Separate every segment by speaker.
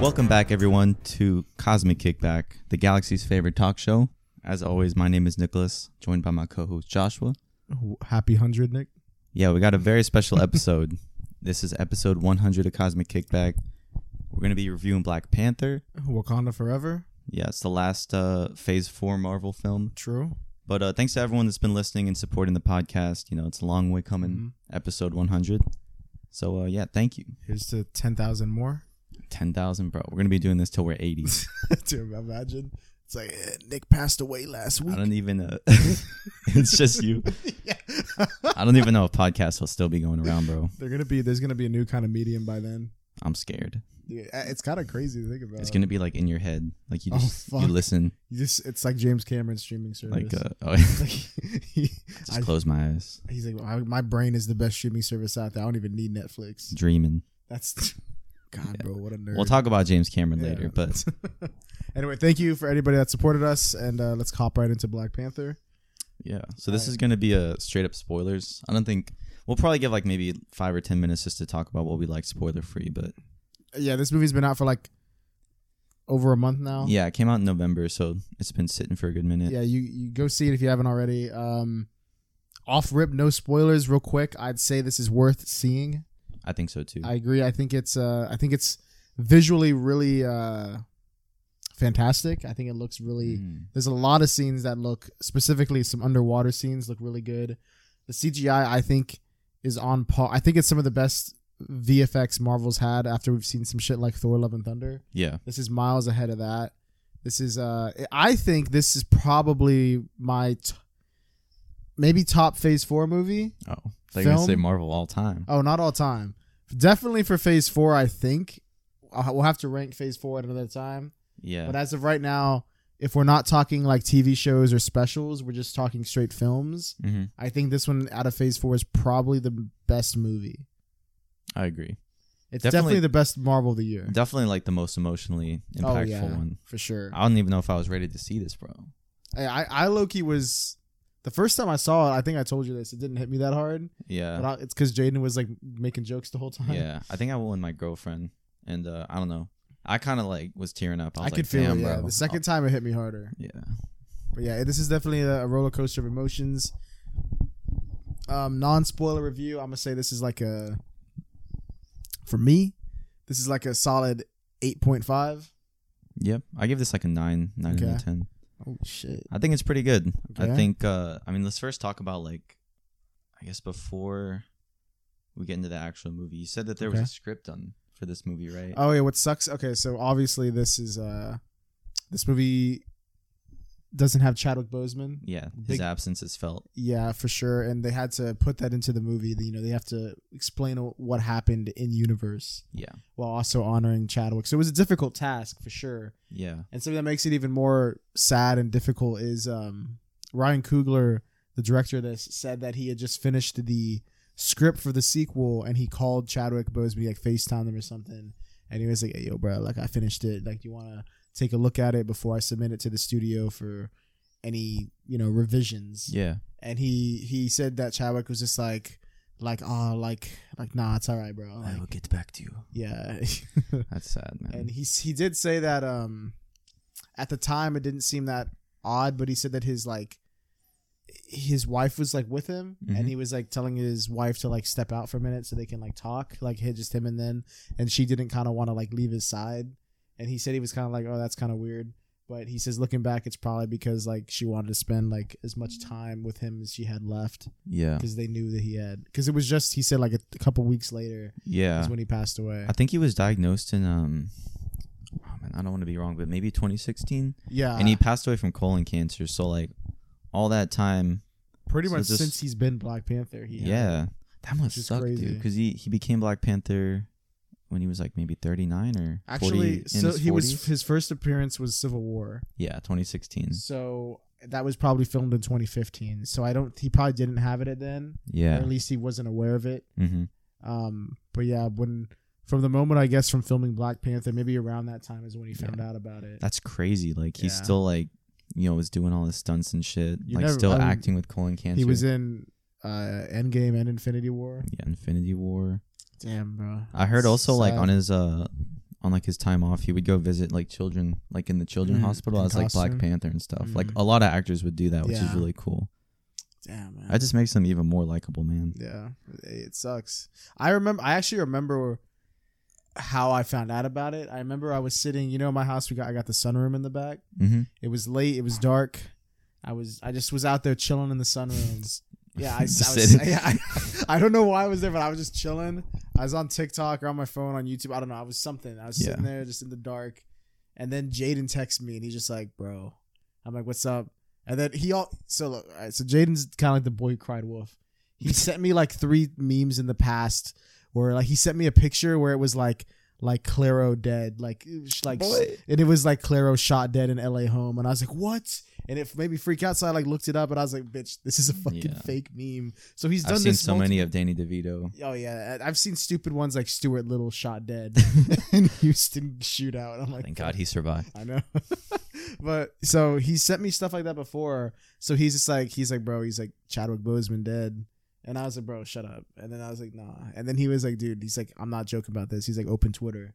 Speaker 1: Welcome back, everyone, to Cosmic Kickback, the galaxy's favorite talk show. As always, my name is Nicholas, joined by my co host Joshua.
Speaker 2: W- Happy hundred, Nick.
Speaker 1: Yeah, we got a very special episode. this is episode 100 of Cosmic Kickback. We're going to be reviewing Black Panther.
Speaker 2: Wakanda forever.
Speaker 1: Yeah, it's the last uh, Phase 4 Marvel film.
Speaker 2: True.
Speaker 1: But uh, thanks to everyone that's been listening and supporting the podcast. You know, it's a long way coming,
Speaker 2: Mhm.
Speaker 1: episode 100. So, uh, yeah, thank you.
Speaker 2: Here's to ten thousand more.
Speaker 1: 10,000, bro. We're going to be doing this till we're 80.
Speaker 2: Dude, imagine. It's like eh, Nick passed away last
Speaker 1: I
Speaker 2: week.
Speaker 1: don't even uh, it's just you.
Speaker 2: yeah.
Speaker 1: I don't even know if podcasts will still be going around, bro.
Speaker 2: They're gonna be. There's gonna be a new kind of medium by then.
Speaker 1: I'm scared.
Speaker 2: Dude, eh, it's kind of crazy to think about.
Speaker 1: It's gonna be like in your head, like you
Speaker 2: Oh,
Speaker 1: just you
Speaker 2: fuck.
Speaker 1: listen,
Speaker 2: You just. It's like James Cameron's streaming service.
Speaker 1: like uh, oh,
Speaker 2: Like, he-
Speaker 1: just
Speaker 2: I-
Speaker 1: close my eyes,
Speaker 2: he's like, "My- my brain is the best streaming service out there. I don't even need Netflix.
Speaker 1: dreaming.
Speaker 2: That's. God,
Speaker 1: Yeah.
Speaker 2: bro, what a nerd.
Speaker 1: We'll talk about James Cameron
Speaker 2: Yeah.
Speaker 1: later, but
Speaker 2: anyway, thank you for anybody that supported us, and uh, let's hop right into Black Panther.
Speaker 1: yeah. So this
Speaker 2: Alright.
Speaker 1: is gonna be a straight up spoilers. I don't think we'll probably give like maybe five or ten minutes just to talk about what we like spoiler free, but
Speaker 2: Yeah, this movie's been out for like over a month now.
Speaker 1: yeah, it came out in November, so it's been sitting for a good minute.
Speaker 2: yeah. You you go see it if you haven't already. Um, off rip, no spoilers, real quick. I'd say this is worth seeing.
Speaker 1: I think so too.
Speaker 2: I agree. I think it's uh, I think it's visually really uh, fantastic. I think it looks really.
Speaker 1: Mm.
Speaker 2: There's a lot of scenes that look specifically some underwater scenes look really good. The CGI I think is on par. I think it's some of the best VFX Marvel's had after we've seen some shit like Thor: Love and Thunder.
Speaker 1: Yeah,
Speaker 2: This is miles ahead of that. This is uh I think this is probably my t- maybe top Phase 4 movie.
Speaker 1: Oh, they're gonna
Speaker 2: Film?
Speaker 1: say Marvel all time.
Speaker 2: Oh, not all time. Definitely for Phase 4 I think. I'll- We'll have to rank Phase 4 at another time.
Speaker 1: Yeah,
Speaker 2: But as of right now, if we're not talking like TV shows or specials, we're just talking straight films.
Speaker 1: mm-hmm.
Speaker 2: I think this one out of Phase Four is probably the best movie.
Speaker 1: I agree.
Speaker 2: It's
Speaker 1: Definitely-
Speaker 2: definitely, the best Marvel of the year
Speaker 1: Definitely like the most emotionally impactful
Speaker 2: Oh, yeah.
Speaker 1: one.
Speaker 2: for sure.
Speaker 1: I don't even know if I was ready to see this, bro.
Speaker 2: I, I, I Loki was the first time I saw it. I think I told you this. It didn't hit me that hard, but
Speaker 1: Yeah,
Speaker 2: I, it's because Jaden was like making jokes the whole time.
Speaker 1: yeah. I think I won my girlfriend, and uh, I don't know. I kind of like was tearing up. I,
Speaker 2: I,
Speaker 1: was like,
Speaker 2: could feel
Speaker 1: Damn,
Speaker 2: it. Yeah,
Speaker 1: bro. Oh,
Speaker 2: the second time it hit me harder.
Speaker 1: yeah,
Speaker 2: But yeah, this is definitely a, a roller coaster of emotions. Um, non spoiler review. I'm gonna say this is like a for me. This is like a solid eight point five.
Speaker 1: yep. I give this like a nine, nine out
Speaker 2: Okay.
Speaker 1: of ten.
Speaker 2: Oh shit!
Speaker 1: I think it's pretty good. I
Speaker 2: Okay.
Speaker 1: think. uh I mean, let's first talk about like, I guess before we get into the actual movie, you said that there
Speaker 2: Okay.
Speaker 1: was a script done for this movie, right?
Speaker 2: Oh yeah, what sucks? Okay, so obviously this is uh this movie doesn't have Chadwick Boseman.
Speaker 1: yeah, his
Speaker 2: big-
Speaker 1: absence is felt.
Speaker 2: Yeah, for sure. And they had to put that into the movie. You know, they have to explain what happened in universe
Speaker 1: Yeah,
Speaker 2: while also honoring Chadwick. So it was a difficult task for sure.
Speaker 1: yeah.
Speaker 2: And something that makes it even more sad and difficult is um, Ryan Coogler, the director of this, said that he had just finished the script for the sequel and he called Chadwick Boseman, like FaceTimed him or something. And he was like, hey, yo, bro, like I finished it. Like, do you want to take a look at it before I submit it to the studio for any, you know, revisions?
Speaker 1: Yeah,
Speaker 2: And he he said that Chadwick was just like, like, oh, like, like, nah, it's all right, bro. Like,
Speaker 1: get back to you.
Speaker 2: yeah.
Speaker 1: That's sad, man.
Speaker 2: and he he did say that um at the time it didn't seem that odd but he said that his like his wife was like with him
Speaker 1: Mhm.
Speaker 2: and he was like telling his wife to like step out for a minute so they can like talk like hit just him and then and she didn't kind of want to like leave his side and he said he was kind of like oh that's kind of weird but he says looking back it's probably because like she wanted to spend like as much time with him as she had left
Speaker 1: yeah,
Speaker 2: because they knew that he had because it was just he said like a, a couple weeks later
Speaker 1: yeah.
Speaker 2: is when he passed away
Speaker 1: I think he was diagnosed in um oh man, I don't want to be wrong, but maybe 2016
Speaker 2: yeah
Speaker 1: and he passed away from colon cancer. So like all that time,
Speaker 2: pretty
Speaker 1: So
Speaker 2: much
Speaker 1: just-
Speaker 2: since he's been Black Panther. He
Speaker 1: yeah.
Speaker 2: had
Speaker 1: that must
Speaker 2: Which is
Speaker 1: suck, dude,
Speaker 2: crazy.
Speaker 1: cuz he he became Black Panther when he was like maybe 39 or 40
Speaker 2: actually.
Speaker 1: in
Speaker 2: So
Speaker 1: his
Speaker 2: he
Speaker 1: 40s?
Speaker 2: was his first appearance was Civil War.
Speaker 1: yeah, 2016.
Speaker 2: So that was probably filmed in 2015. So I don't. He probably didn't have it at then, or at
Speaker 1: Yeah.
Speaker 2: least he wasn't aware of it.
Speaker 1: Mhm.
Speaker 2: Um, but yeah, when from the moment I guess from filming Black Panther, maybe around that time is when he found out about it.
Speaker 1: That's crazy. Like he's
Speaker 2: Yeah.
Speaker 1: still like you know, was doing all his stunts and shit,
Speaker 2: You
Speaker 1: like
Speaker 2: never-
Speaker 1: still
Speaker 2: I mean,
Speaker 1: acting with colon cancer.
Speaker 2: He was in uh, Endgame and Infinity War.
Speaker 1: yeah, Infinity War.
Speaker 2: Damn, bro.
Speaker 1: I heard also like on his uh on like his time off, he would go visit like children, like in the children
Speaker 2: Mm,
Speaker 1: hospital
Speaker 2: in
Speaker 1: as like Black
Speaker 2: costume.
Speaker 1: Panther and stuff. Like
Speaker 2: Mm.
Speaker 1: a lot of actors would do that, which is
Speaker 2: Yeah.
Speaker 1: really cool.
Speaker 2: Damn, man.
Speaker 1: That just makes them even more likable, man.
Speaker 2: Yeah, it sucks. I remember. I actually remember how I found out about it. I remember I was sitting. You know, in my house. We got. I got the sunroom in the back.
Speaker 1: Mm-hmm.
Speaker 2: It was late. It was dark. I was. I just was out there chilling in the sunroom. Yeah, I, I
Speaker 1: Just
Speaker 2: was,
Speaker 1: sitting.
Speaker 2: yeah, I, I don't know why I was there, but I was just chilling. I was on TikTok or on my phone on YouTube. I don't know. I was something. I was sitting there just in the dark, and then Jaden texts me, and he's just like, "Bro," I'm like, "What's up?" And then he all so look, all right, so Jaden's kind of like the boy who cried wolf. He sent me like three memes in the past where like he sent me a picture where it was like like Claro dead, like it was like and it was like Claro shot dead in LA home, and I was like, "What?" And it made me freak out, so I like looked it up, and I was like, "Bitch, this is a fucking
Speaker 1: Yeah.
Speaker 2: fake meme." So he's done
Speaker 1: I've seen
Speaker 2: this
Speaker 1: so
Speaker 2: multi-
Speaker 1: many of Danny DeVito.
Speaker 2: Oh yeah, I- I've seen stupid ones like Stuart Little shot dead in Houston shootout. and I'm like,
Speaker 1: Thank God he survived.
Speaker 2: I know. but so he sent me stuff like that before. So he's just like, he's like, bro, he's like Chadwick Boseman dead. And I was like, bro, shut up. And then I was like, nah. And then he was like, dude, he's like, I'm not joking about this. He's like, open Twitter.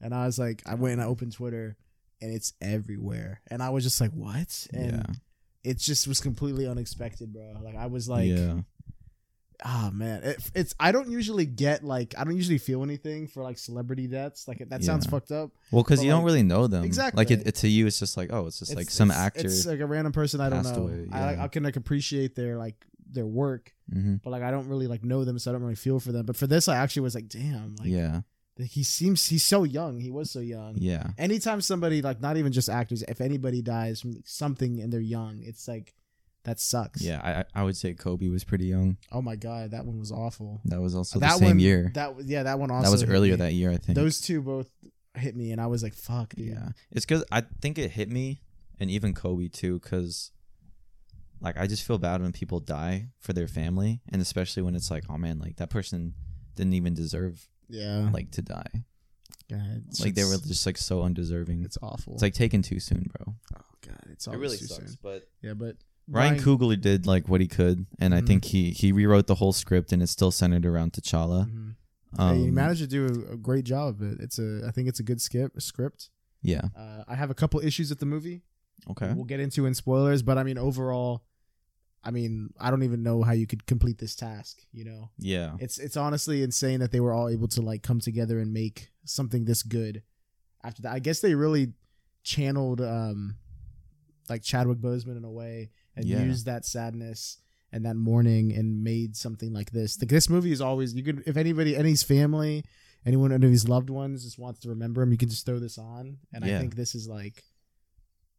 Speaker 2: And I was like, I went and I opened Twitter and it's everywhere. And I was just like, what? And
Speaker 1: yeah.
Speaker 2: it just was completely unexpected, bro. Like I was like,
Speaker 1: yeah.
Speaker 2: ah man it, it's i don't usually get like i don't usually feel anything for like celebrity deaths like that sounds
Speaker 1: Yeah.
Speaker 2: fucked up
Speaker 1: Well, because
Speaker 2: but,
Speaker 1: you don't
Speaker 2: like-
Speaker 1: really know them. Like
Speaker 2: Exactly.
Speaker 1: it, it- to you, it's just like oh, it's just like
Speaker 2: It's-
Speaker 1: some
Speaker 2: it's-
Speaker 1: actor.
Speaker 2: it's like a random person i don't
Speaker 1: passed
Speaker 2: know
Speaker 1: away,
Speaker 2: I, like,
Speaker 1: yeah.
Speaker 2: I can like appreciate their like their work
Speaker 1: hmm
Speaker 2: but like i don't really like know them so i don't really feel for them but for this i actually was like damn like um,
Speaker 1: yeah.
Speaker 2: he seems he's so young he was so young
Speaker 1: Yeah.
Speaker 2: anytime somebody like not even just actors if anybody dies from something and they're young it's like that sucks
Speaker 1: Yeah. I I- I would say Kobe was pretty young.
Speaker 2: oh my god that one was awful
Speaker 1: That was also
Speaker 2: Uh, that
Speaker 1: the same
Speaker 2: one,
Speaker 1: year. That,
Speaker 2: that was yeah that one also
Speaker 1: was
Speaker 2: hit
Speaker 1: earlier
Speaker 2: me.
Speaker 1: that year, I think.
Speaker 2: those two both hit me and i was like fuck dude
Speaker 1: Yeah, it's because I think it hit me, and even Kobe too, because like I just feel bad when people die for their family, and especially when it's like, oh man, like that person didn't even deserve
Speaker 2: yeah
Speaker 1: like to die.
Speaker 2: God, it's
Speaker 1: Like they were
Speaker 2: just-
Speaker 1: just like so undeserving. It's,
Speaker 2: it's awful
Speaker 1: like taken too soon, bro.
Speaker 2: oh god it's always too soon.
Speaker 1: But
Speaker 2: yeah but
Speaker 1: Ryan Coogler did like what he could, and I
Speaker 2: Mhm.
Speaker 1: think he he rewrote the whole script, and it's still centered around T'Challa.
Speaker 2: Mhm.
Speaker 1: Um,
Speaker 2: Hey, he managed to do a, a great job of it it's a i think it's a good skip script
Speaker 1: yeah.
Speaker 2: uh, i have a couple issues with the movie
Speaker 1: Okay.
Speaker 2: we'll get into in spoilers but i mean overall i mean i don't even know how you could complete this task you know
Speaker 1: Yeah.
Speaker 2: it's it's honestly insane that they were all able to like come together and make something this good after that i guess they really channeled um like chadwick boseman in a way and
Speaker 1: Yeah.
Speaker 2: used that sadness and that mourning and made something like this like this movie is always you could if anybody any's family anyone any of his loved ones just wants to remember him you can just throw this on and i
Speaker 1: Yeah.
Speaker 2: think this is like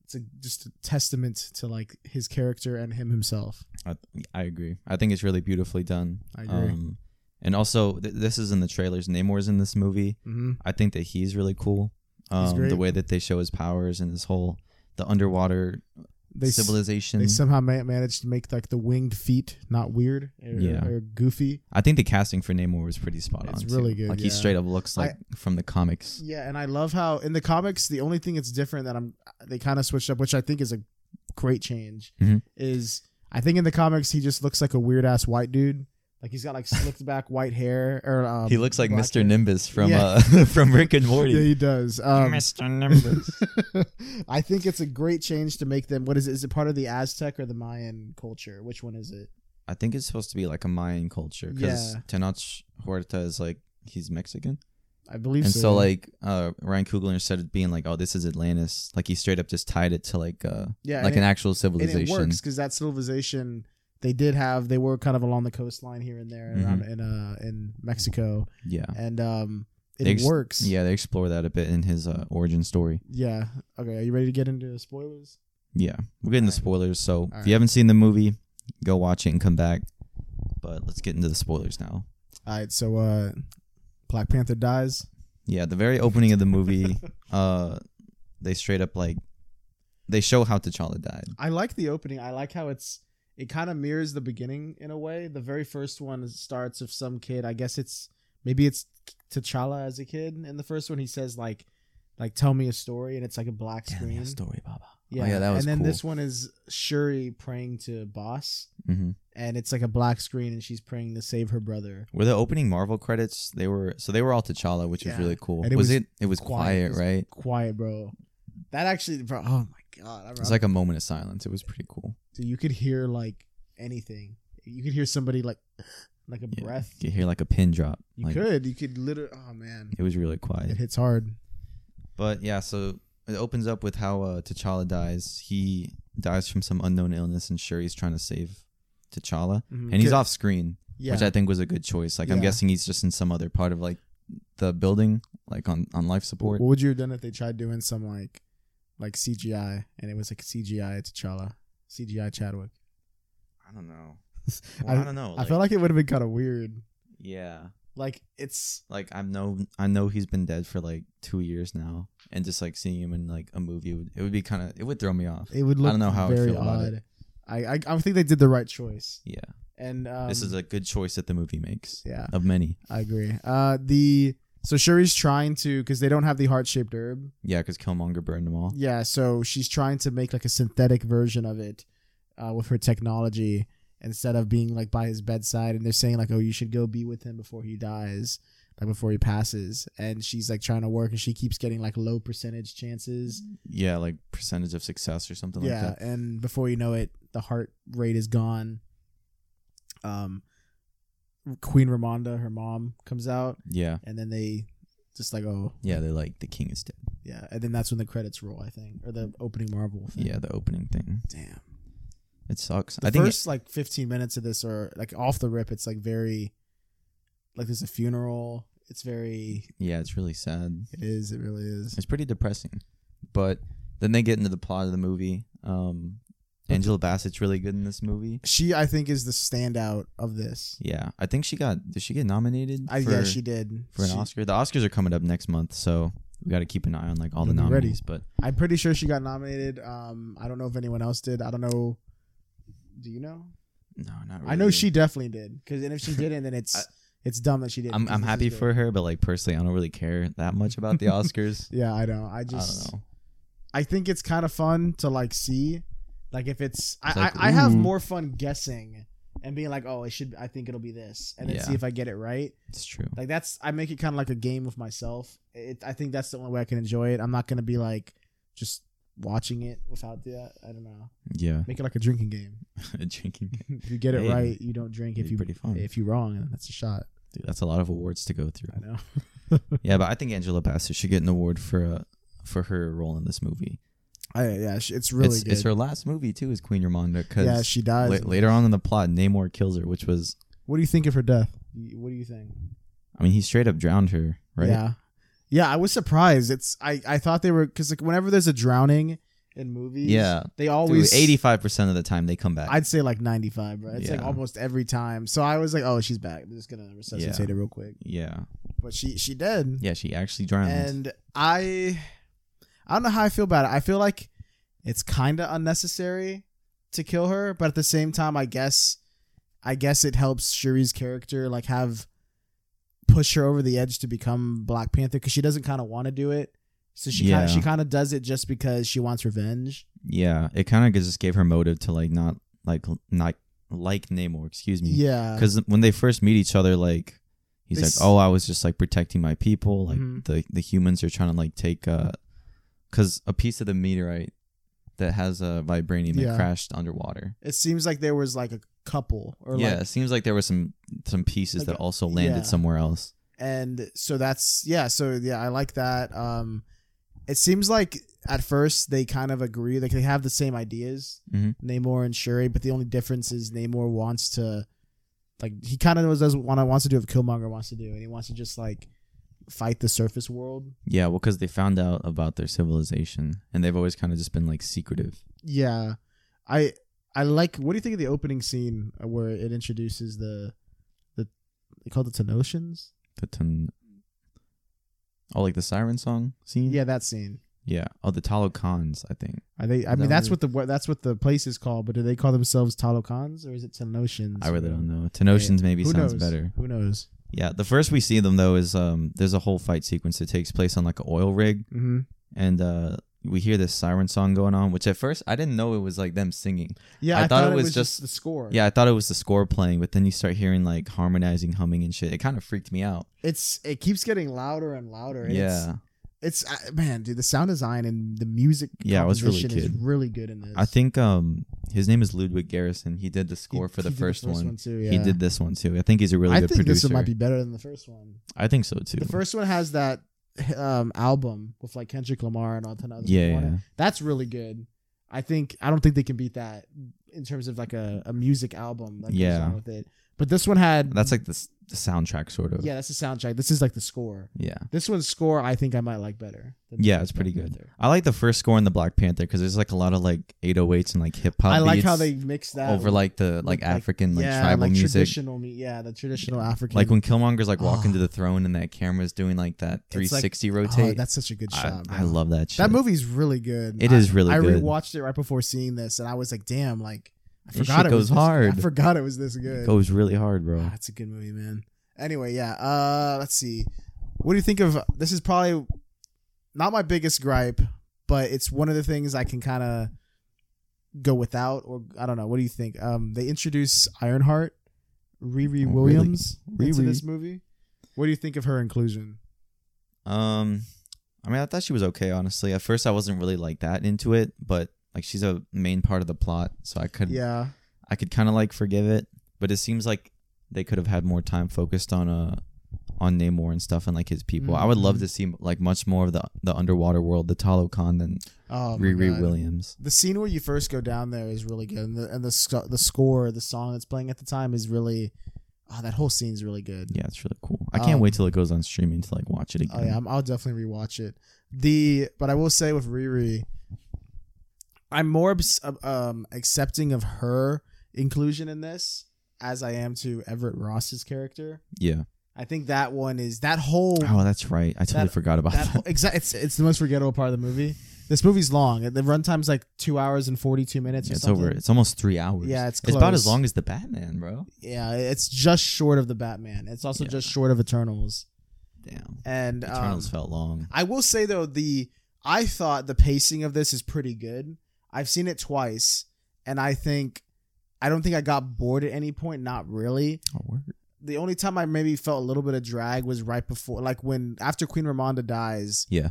Speaker 2: it's a, just a testament to like his character and him himself
Speaker 1: I, I agree. I think it's really beautifully done.
Speaker 2: I agree.
Speaker 1: Um, and also, th- this is in the trailers. Namor's in this movie.
Speaker 2: mm-hmm.
Speaker 1: I think that he's really cool.
Speaker 2: He's
Speaker 1: Um,
Speaker 2: great.
Speaker 1: the way that they show his powers and this whole the underwater
Speaker 2: they s-
Speaker 1: civilization.
Speaker 2: They somehow ma- managed to make like the winged feet not weird or,
Speaker 1: Yeah.
Speaker 2: or goofy.
Speaker 1: I think the casting for Namor was pretty spot
Speaker 2: It's
Speaker 1: on. too.
Speaker 2: really good,
Speaker 1: Like
Speaker 2: yeah.
Speaker 1: he straight up looks like from the comics.
Speaker 2: Yeah, and I love how in the comics the only thing that's different that I'm they kind of switched up, which I think is a great change,
Speaker 1: Mhm.
Speaker 2: is I think in the comics he just looks like a weird ass white dude. Like he's got like slicked back white hair or um,
Speaker 1: He looks like
Speaker 2: black
Speaker 1: Mr.
Speaker 2: hair.
Speaker 1: Nimbus from
Speaker 2: Yeah.
Speaker 1: uh, from Rick and Morty.
Speaker 2: Yeah, he does. Um,
Speaker 1: Mr. Nimbus.
Speaker 2: I think it's a great change to make them. What is it? Is it part of the Aztec or the Mayan culture? Which one is it?
Speaker 1: I think it's supposed to be like a Mayan culture because
Speaker 2: Yeah.
Speaker 1: Tenoch Huerta is like he's Mexican.
Speaker 2: I believe.
Speaker 1: and
Speaker 2: so,
Speaker 1: so, like uh Ryan Coogler instead of being like, "Oh, this is Atlantis," like he straight up just tied it to like uh
Speaker 2: yeah, and
Speaker 1: like
Speaker 2: it-
Speaker 1: an actual
Speaker 2: and it
Speaker 1: civilization.
Speaker 2: works because that civilization they did have they were kind of along the coastline here and there
Speaker 1: Mhm.
Speaker 2: around in uh in Mexico
Speaker 1: Yeah,
Speaker 2: and um it
Speaker 1: They ex-
Speaker 2: works
Speaker 1: yeah, they explore that a bit in his uh, origin story.
Speaker 2: yeah okay are you ready to get into spoilers
Speaker 1: Yeah, we're getting the
Speaker 2: Alright.
Speaker 1: spoilers, so if
Speaker 2: Alright.
Speaker 1: you haven't seen the movie, go watch it and come back. But let's get into the spoilers now.
Speaker 2: all right so uh Black Panther dies
Speaker 1: Yeah, the very opening of the movie, uh, they straight up like they show how T'Challa died.
Speaker 2: I like the opening I like how it's it kind of mirrors the beginning in a way the very first one starts of some kid I guess it's maybe it's T'Challa as a kid in the first one he says like like tell me a story and it's like a black screen
Speaker 1: story, Baba.
Speaker 2: Yeah,
Speaker 1: Oh, yeah, that was
Speaker 2: And then
Speaker 1: cool.
Speaker 2: this one is Shuri praying to Boss,
Speaker 1: hmm
Speaker 2: and it's like a black screen, and she's praying to save her brother.
Speaker 1: Were the opening Marvel credits? They were so they were all T'Challa, which was
Speaker 2: Yeah.
Speaker 1: really cool.
Speaker 2: And
Speaker 1: was,
Speaker 2: it was
Speaker 1: it? It was quiet,
Speaker 2: quiet. It was-
Speaker 1: right?
Speaker 2: Quiet, bro. That actually, bro. Oh my god, I
Speaker 1: It was like a moment of silence. It was pretty cool.
Speaker 2: Dude, you could hear like anything. You could hear somebody like, like a
Speaker 1: Yeah.
Speaker 2: breath.
Speaker 1: You could hear like a pin drop.
Speaker 2: You
Speaker 1: like,
Speaker 2: could, you could literally. Oh man,
Speaker 1: It was really quiet.
Speaker 2: it hits hard.
Speaker 1: But yeah, so it opens up with how uh, T'Challa dies. He dies from some unknown illness, and Shuri's trying to save T'Challa, and he's off screen,
Speaker 2: Mm-hmm. Yeah,
Speaker 1: which I think was a good choice. Like I'm
Speaker 2: Yeah.
Speaker 1: guessing he's just in some other part of like the building, like on on life support.
Speaker 2: what would you have done if they tried doing some like, like CGI, and it was like CGI T'Challa, CGI Chadwick?
Speaker 1: I don't know.
Speaker 2: I-
Speaker 1: Well, I, don't know.
Speaker 2: I feel like it would have been kind of weird.
Speaker 1: yeah,
Speaker 2: Like it's
Speaker 1: like I know I know he's been dead for like two years now, and just like seeing him in like a movie, would, it would be kind of it would throw me off.
Speaker 2: It would look
Speaker 1: I don't know how I
Speaker 2: very
Speaker 1: feel about
Speaker 2: odd.
Speaker 1: it.
Speaker 2: I, I I think they did the right choice.
Speaker 1: Yeah,
Speaker 2: And um,
Speaker 1: this is a good choice that the movie makes
Speaker 2: yeah,
Speaker 1: of many.
Speaker 2: I agree. Uh, the so Shuri's trying to because they don't have the heart shaped herb.
Speaker 1: Yeah, because Killmonger burned them all.
Speaker 2: Yeah, so she's trying to make like a synthetic version of it uh, with her technology instead of being like by his bedside. And they're saying like, oh, you should go be with him before he dies, like before he passes. And she's like trying to work, and she keeps getting like low percentage chances.
Speaker 1: Yeah, like percentage of success or something
Speaker 2: yeah,
Speaker 1: like that.
Speaker 2: and before you know it, the heart rate is gone. Um, Queen Ramonda, her mom, comes out,
Speaker 1: Yeah.
Speaker 2: and then they just like, oh
Speaker 1: Yeah, they're like the king is dead.
Speaker 2: yeah, and then that's when the credits roll, I think, or the opening Marvel. Thing.
Speaker 1: Yeah, the opening thing.
Speaker 2: damn.
Speaker 1: It sucks.
Speaker 2: The
Speaker 1: I think it-
Speaker 2: first like fifteen minutes of this are like off the rip. It's like very, like there's a funeral. It's very.
Speaker 1: yeah, it's really sad.
Speaker 2: It is. It really is.
Speaker 1: It's pretty depressing. But then they get into the plot of the movie. Um Angela Bassett's really good in this movie.
Speaker 2: She, I think, is the standout of this.
Speaker 1: Yeah. I think she got did she get nominated
Speaker 2: I
Speaker 1: for,
Speaker 2: Uh, yeah, she did.
Speaker 1: for an
Speaker 2: She-
Speaker 1: Oscar? The Oscars are coming up next month, so we got to keep an eye on like all the
Speaker 2: You'll be ready.
Speaker 1: nominees, but
Speaker 2: I'm pretty sure she got nominated. Um, I don't know if anyone else did. I don't know. Do you know?
Speaker 1: no, not really.
Speaker 2: I know she definitely did. Because and if she didn't, then it's
Speaker 1: I-
Speaker 2: it's dumb that she didn't.
Speaker 1: I'm
Speaker 2: 'cause
Speaker 1: I'm
Speaker 2: this
Speaker 1: happy
Speaker 2: is good.
Speaker 1: for her, but like personally I don't really care that much about the Oscars.
Speaker 2: Yeah, I know. I
Speaker 1: I
Speaker 2: just I,
Speaker 1: don't know.
Speaker 2: think it's kind of fun to like see, like if it's,
Speaker 1: It's
Speaker 2: I,
Speaker 1: like,
Speaker 2: I I have
Speaker 1: ooh.
Speaker 2: more fun guessing and being like, oh, it should. I think it'll be this, and then
Speaker 1: Yeah.
Speaker 2: see if I get it right.
Speaker 1: It's true.
Speaker 2: Like that's I make it kind of like a game with myself. It, I think that's the only way I can enjoy it. I'm not gonna be like just watching it without the. I don't know.
Speaker 1: Yeah.
Speaker 2: Make it like a drinking game.
Speaker 1: Drinking.
Speaker 2: if you get it
Speaker 1: Hey.
Speaker 2: right, you don't drink.
Speaker 1: It'd
Speaker 2: If
Speaker 1: be
Speaker 2: you
Speaker 1: pretty fun.
Speaker 2: if you wrong, then that's a shot.
Speaker 1: Dude, that's a lot of awards to go through.
Speaker 2: I know.
Speaker 1: Yeah, but I think Angela Bassett should get an award for uh, for her role in this movie.
Speaker 2: I, yeah, sh- it's really
Speaker 1: it's,
Speaker 2: good.
Speaker 1: it's her last movie too, is Queen Ramonda. Because
Speaker 2: yeah, she dies.
Speaker 1: later on in the plot, Namor kills her, which was,
Speaker 2: what do you think of her death? You- What do you think?
Speaker 1: I mean, he straight up drowned her, right?
Speaker 2: Yeah, yeah. I was surprised. It's I I thought they were because like whenever there's a drowning in movies,
Speaker 1: Yeah.
Speaker 2: they
Speaker 1: Dude,
Speaker 2: always
Speaker 1: eighty-five percent of the time they come back.
Speaker 2: I'd say like ninety five, bro. It's like
Speaker 1: Yeah.
Speaker 2: almost every time. So I was like, oh, she's back. I'm just gonna resuscitate her real quick.
Speaker 1: yeah,
Speaker 2: But she she did.
Speaker 1: yeah, she actually drowned.
Speaker 2: and I, I don't know how I feel about it. I feel like it's kind of unnecessary to kill her, but at the same time, I guess, I guess it helps Shuri's character like have push her over the edge to become Black Panther because she doesn't kind of want to do it. So she kind
Speaker 1: Yeah.
Speaker 2: of she kind of does it just because she wants revenge.
Speaker 1: yeah, it kind of just gave her motive to like not like not like Namor. Excuse me.
Speaker 2: Yeah,
Speaker 1: because when they first meet each other, like he's
Speaker 2: They
Speaker 1: like,
Speaker 2: s-
Speaker 1: "Oh, I was just like protecting my people. Like
Speaker 2: Mhm.
Speaker 1: the the humans are trying to like take uh, because a piece of the meteorite that has a vibranium that
Speaker 2: Yeah.
Speaker 1: crashed underwater.
Speaker 2: it seems like there was like a couple or
Speaker 1: yeah,
Speaker 2: like
Speaker 1: it seems like there were some some pieces
Speaker 2: Like
Speaker 1: that
Speaker 2: a-
Speaker 1: also landed
Speaker 2: yeah.
Speaker 1: somewhere else.
Speaker 2: and so that's yeah so yeah i like that um it seems like at first they kind of agree like they have the same ideas
Speaker 1: Mhm.
Speaker 2: namor and shuri but the only difference is namor wants to like he kind of does what i wants to do what killmonger wants to do and he wants to just like fight the surface world
Speaker 1: Yeah, well, because they found out about their civilization, and they've always kind of just been like secretive.
Speaker 2: yeah i i like what do you think of the opening scene where it introduces the the they call it the Tenotians?
Speaker 1: The ton- oh, like the siren song scene.
Speaker 2: yeah that scene
Speaker 1: yeah. Oh, the Talokans, I think.
Speaker 2: Are they? I
Speaker 1: Is that
Speaker 2: mean, that's
Speaker 1: what
Speaker 2: what the what- that's what the place is called. But do they call themselves Talokans or is it Tenotians?
Speaker 1: I really don't know. Tenotians maybe
Speaker 2: Who
Speaker 1: sounds
Speaker 2: knows?
Speaker 1: better.
Speaker 2: Who knows?
Speaker 1: Yeah, the first we see them though is um there's a whole fight sequence that takes place on like an oil rig
Speaker 2: Mm-hmm.
Speaker 1: and uh we hear this siren song going on, which at first I didn't know it was like them singing.
Speaker 2: Yeah, I, thought, it was, just, the score.
Speaker 1: Yeah, I thought it was the score playing, but then you start hearing like harmonizing, humming, and shit. It kind of freaked me out.
Speaker 2: it's it keeps getting louder and louder. It's,
Speaker 1: yeah,
Speaker 2: it's I- man, dude, the sound design and the music
Speaker 1: Yeah, it was really
Speaker 2: composition is
Speaker 1: good.
Speaker 2: really good in this.
Speaker 1: I think um his name is Ludwig Garrison. He did the score for
Speaker 2: He
Speaker 1: the
Speaker 2: did
Speaker 1: first, one.
Speaker 2: too,
Speaker 1: He
Speaker 2: yeah.
Speaker 1: did this one too. I think he's a really
Speaker 2: I
Speaker 1: good
Speaker 2: think this
Speaker 1: producer.
Speaker 2: one might be better than the first one.
Speaker 1: I think so too.
Speaker 2: The first one has that um, album with like Kendrick Lamar and all ten other
Speaker 1: yeah,
Speaker 2: people on it.
Speaker 1: yeah.
Speaker 2: That's really good. I think I don't think they can beat that in terms of like a, a music album that goes
Speaker 1: Yeah.
Speaker 2: on with it. But this one had
Speaker 1: That's like the, s- the soundtrack sort of.
Speaker 2: yeah, that's the soundtrack. This is like the score.
Speaker 1: Yeah.
Speaker 2: This one's score I think I might like better. than the
Speaker 1: Yeah,
Speaker 2: first
Speaker 1: it's pretty
Speaker 2: Black
Speaker 1: good.
Speaker 2: Panther.
Speaker 1: I like the first score in the Black Panther because there's like a lot of like 808s and like hip hop.
Speaker 2: I like how
Speaker 1: beats
Speaker 2: they mix that
Speaker 1: Uh, over
Speaker 2: with-
Speaker 1: like the like
Speaker 2: like-
Speaker 1: African like
Speaker 2: yeah,
Speaker 1: tribal
Speaker 2: like
Speaker 1: music.
Speaker 2: Traditional, mu- yeah, the traditional African.
Speaker 1: Like when Killmonger's like walking
Speaker 2: Oh.
Speaker 1: to the throne and that camera's doing like that
Speaker 2: It's like-
Speaker 1: 360
Speaker 2: oh,
Speaker 1: rotate.
Speaker 2: that's such a good
Speaker 1: I,
Speaker 2: shot.
Speaker 1: I
Speaker 2: bro.
Speaker 1: love that shit.
Speaker 2: that movie's really good.
Speaker 1: It
Speaker 2: I,
Speaker 1: is really
Speaker 2: I
Speaker 1: good.
Speaker 2: rewatched it right before seeing this, and I was like, damn, like I
Speaker 1: This
Speaker 2: forgot
Speaker 1: shit
Speaker 2: it
Speaker 1: goes
Speaker 2: was this-
Speaker 1: hard.
Speaker 2: I forgot it was this good.
Speaker 1: It goes really hard, bro.
Speaker 2: Ah, That's a good movie, man. Anyway, yeah. Uh, let's see. What do you think of this? Is probably not my biggest gripe, but it's one of the things I can kind of go without, or I don't know. What do you think? Um, they introduce Ironheart, Riri
Speaker 1: Oh,
Speaker 2: Williams,
Speaker 1: really?
Speaker 2: into
Speaker 1: Riri.
Speaker 2: this movie. What do you think of her inclusion?
Speaker 1: Um, I mean, I thought she was okay, honestly. At first, I wasn't really like that into it, but like she's a main part of the plot, so I could
Speaker 2: Yeah,
Speaker 1: I could kind of like forgive it. But it seems like they could have had more time focused on uh on Namor and stuff and like his people. I would love
Speaker 2: Mhm.
Speaker 1: to see like much more of the the underwater world, the Talo Khan than
Speaker 2: oh, my
Speaker 1: Riri
Speaker 2: God.
Speaker 1: Williams.
Speaker 2: The scene where you first go down there is really good, and the and the, sc- the score, the song that's playing at the time is really. Oh, that whole scene's really good.
Speaker 1: Yeah, it's really cool. I can't
Speaker 2: Um,
Speaker 1: wait till it goes on streaming to like watch it again.
Speaker 2: Oh yeah, I'm, I'll definitely rewatch it. The but I will say with Riri, I'm more obs- um accepting of her inclusion in this as I am to Everett Ross's character.
Speaker 1: Yeah.
Speaker 2: I think that one is that whole
Speaker 1: Oh, that's right. I totally
Speaker 2: That-
Speaker 1: forgot about
Speaker 2: that
Speaker 1: that.
Speaker 2: whole, exa- it's it's the most forgettable part of the movie. This movie's long. The runtime's like two hours and forty two minutes. Or
Speaker 1: it's
Speaker 2: something.
Speaker 1: over. It's almost three hours.
Speaker 2: Yeah, it's
Speaker 1: it's about as
Speaker 2: close.
Speaker 1: long as the Batman, bro.
Speaker 2: Yeah, it's just short of the Batman. It's also
Speaker 1: Yeah.
Speaker 2: just short of Eternals.
Speaker 1: Damn.
Speaker 2: And um,
Speaker 1: Eternals felt long.
Speaker 2: I will say though the I thought the pacing of this is pretty good. I've seen it twice, and I think I don't think I got bored at any point. Not really.
Speaker 1: Oh, word.
Speaker 2: The only time I maybe felt a little bit of drag was right before, like when after Queen Ramonda dies.
Speaker 1: Yeah.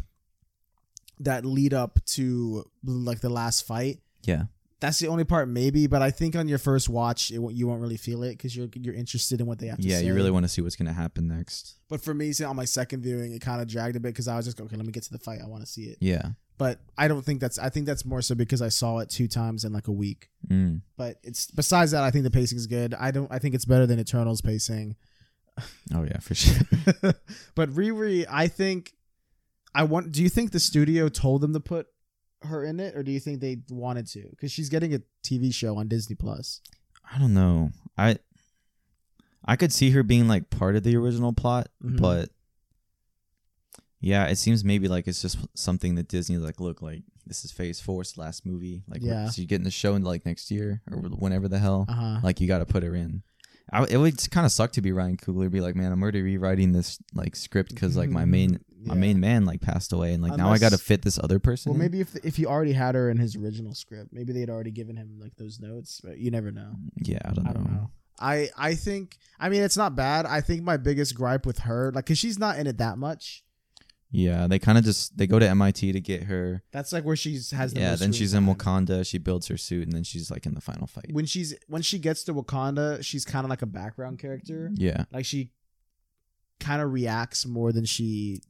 Speaker 2: That lead up to like the last fight.
Speaker 1: Yeah.
Speaker 2: That's the only part, maybe. But I think on your first watch, it, won't- you won't really feel it because you're you're interested in what they have to
Speaker 1: Yeah,
Speaker 2: say.
Speaker 1: you really want to see what's gonna happen next.
Speaker 2: But for me, so on my second viewing, it kind of dragged a bit because I was just okay. Let me get to the fight. I want to see it.
Speaker 1: Yeah.
Speaker 2: but I don't think that's I think that's more so because I saw it two times in like a week.
Speaker 1: Mm.
Speaker 2: But it's besides that I think the pacing is good. I don't I think it's better than Eternal's pacing.
Speaker 1: Oh yeah, for sure.
Speaker 2: but Riri, I think I want do you think the studio told them to put her in it or do you think they wanted to? Cuz she's getting a TV show on Disney Plus.
Speaker 1: I don't know. I I could see her being like part of the original plot,
Speaker 2: Mhm.
Speaker 1: but yeah, it seems maybe like it's just something that Disney like look like this is Phase Four's last movie. Like,
Speaker 2: Yeah.
Speaker 1: so you get in the show in like next year or whenever the hell.
Speaker 2: Uh-huh.
Speaker 1: Like, you got to put her in. I, it would kind of suck to be Ryan Coogler, be like, man, I'm already rewriting this like script because like my main my
Speaker 2: Mm-hmm. Yeah.
Speaker 1: main man like passed away, and like now I
Speaker 2: Unless-
Speaker 1: got to fit this other person.
Speaker 2: Well,
Speaker 1: in.
Speaker 2: maybe if if he already had her in his original script, maybe they had already given him like those notes, but you never know.
Speaker 1: Yeah, I don't,
Speaker 2: I don't
Speaker 1: know.
Speaker 2: know. Um, I I think I mean it's not bad. I think my biggest gripe with her, like, cause she's not in it that much.
Speaker 1: Yeah, they kind of just they go to MIT to get her.
Speaker 2: That's like where she's has. The
Speaker 1: yeah,
Speaker 2: most
Speaker 1: then
Speaker 2: screen
Speaker 1: she's in
Speaker 2: time.
Speaker 1: Wakanda. She builds her suit, and then she's like in the final fight.
Speaker 2: When she's when she gets to Wakanda, she's kind of like a background character.
Speaker 1: Yeah,
Speaker 2: Like she kind of reacts more than she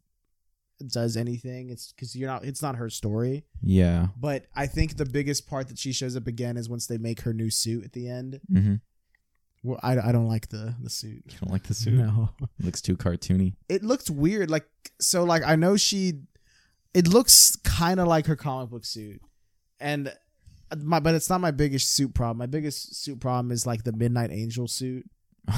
Speaker 2: does anything. It's because you're not. It's not her story.
Speaker 1: yeah,
Speaker 2: But I think the biggest part that she shows up again is once they make her new suit at the end.
Speaker 1: mm-hmm.
Speaker 2: Well, I, I don't like the the suit.
Speaker 1: I don't like the suit.
Speaker 2: No.
Speaker 1: Looks too cartoony.
Speaker 2: it looked weird. Like so, like I know she, it looks kind of like her comic book suit, and uh, my but it's not my biggest suit problem. My biggest suit problem is like the Midnight Angel suit,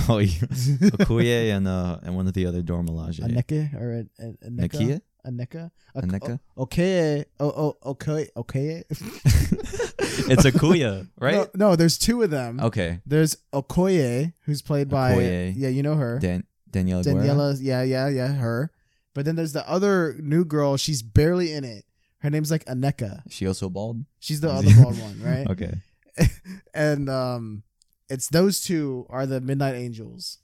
Speaker 1: Oh, yeah. Okoye and uh and one of the other Dormelage.
Speaker 2: a NECA or a, a, a NECA,
Speaker 1: Nakia?
Speaker 2: a NECA, a,
Speaker 1: Aneka?
Speaker 2: o- okay, oh, oh, okay, okay.
Speaker 1: it's Akuya, right?
Speaker 2: No, no, there's two of them.
Speaker 1: Okay.
Speaker 2: There's Okoye, who's played by
Speaker 1: Okoye.
Speaker 2: yeah, you know her.
Speaker 1: Dan- Daniela. Guerra?
Speaker 2: Daniela, yeah, yeah, yeah, her. But then there's the other new girl. She's barely in it. Her name's like Aneka.
Speaker 1: She also bald.
Speaker 2: She's the
Speaker 1: Is
Speaker 2: other
Speaker 1: he-
Speaker 2: bald one, right?
Speaker 1: Okay.
Speaker 2: and um, it's those two are the Midnight Angels,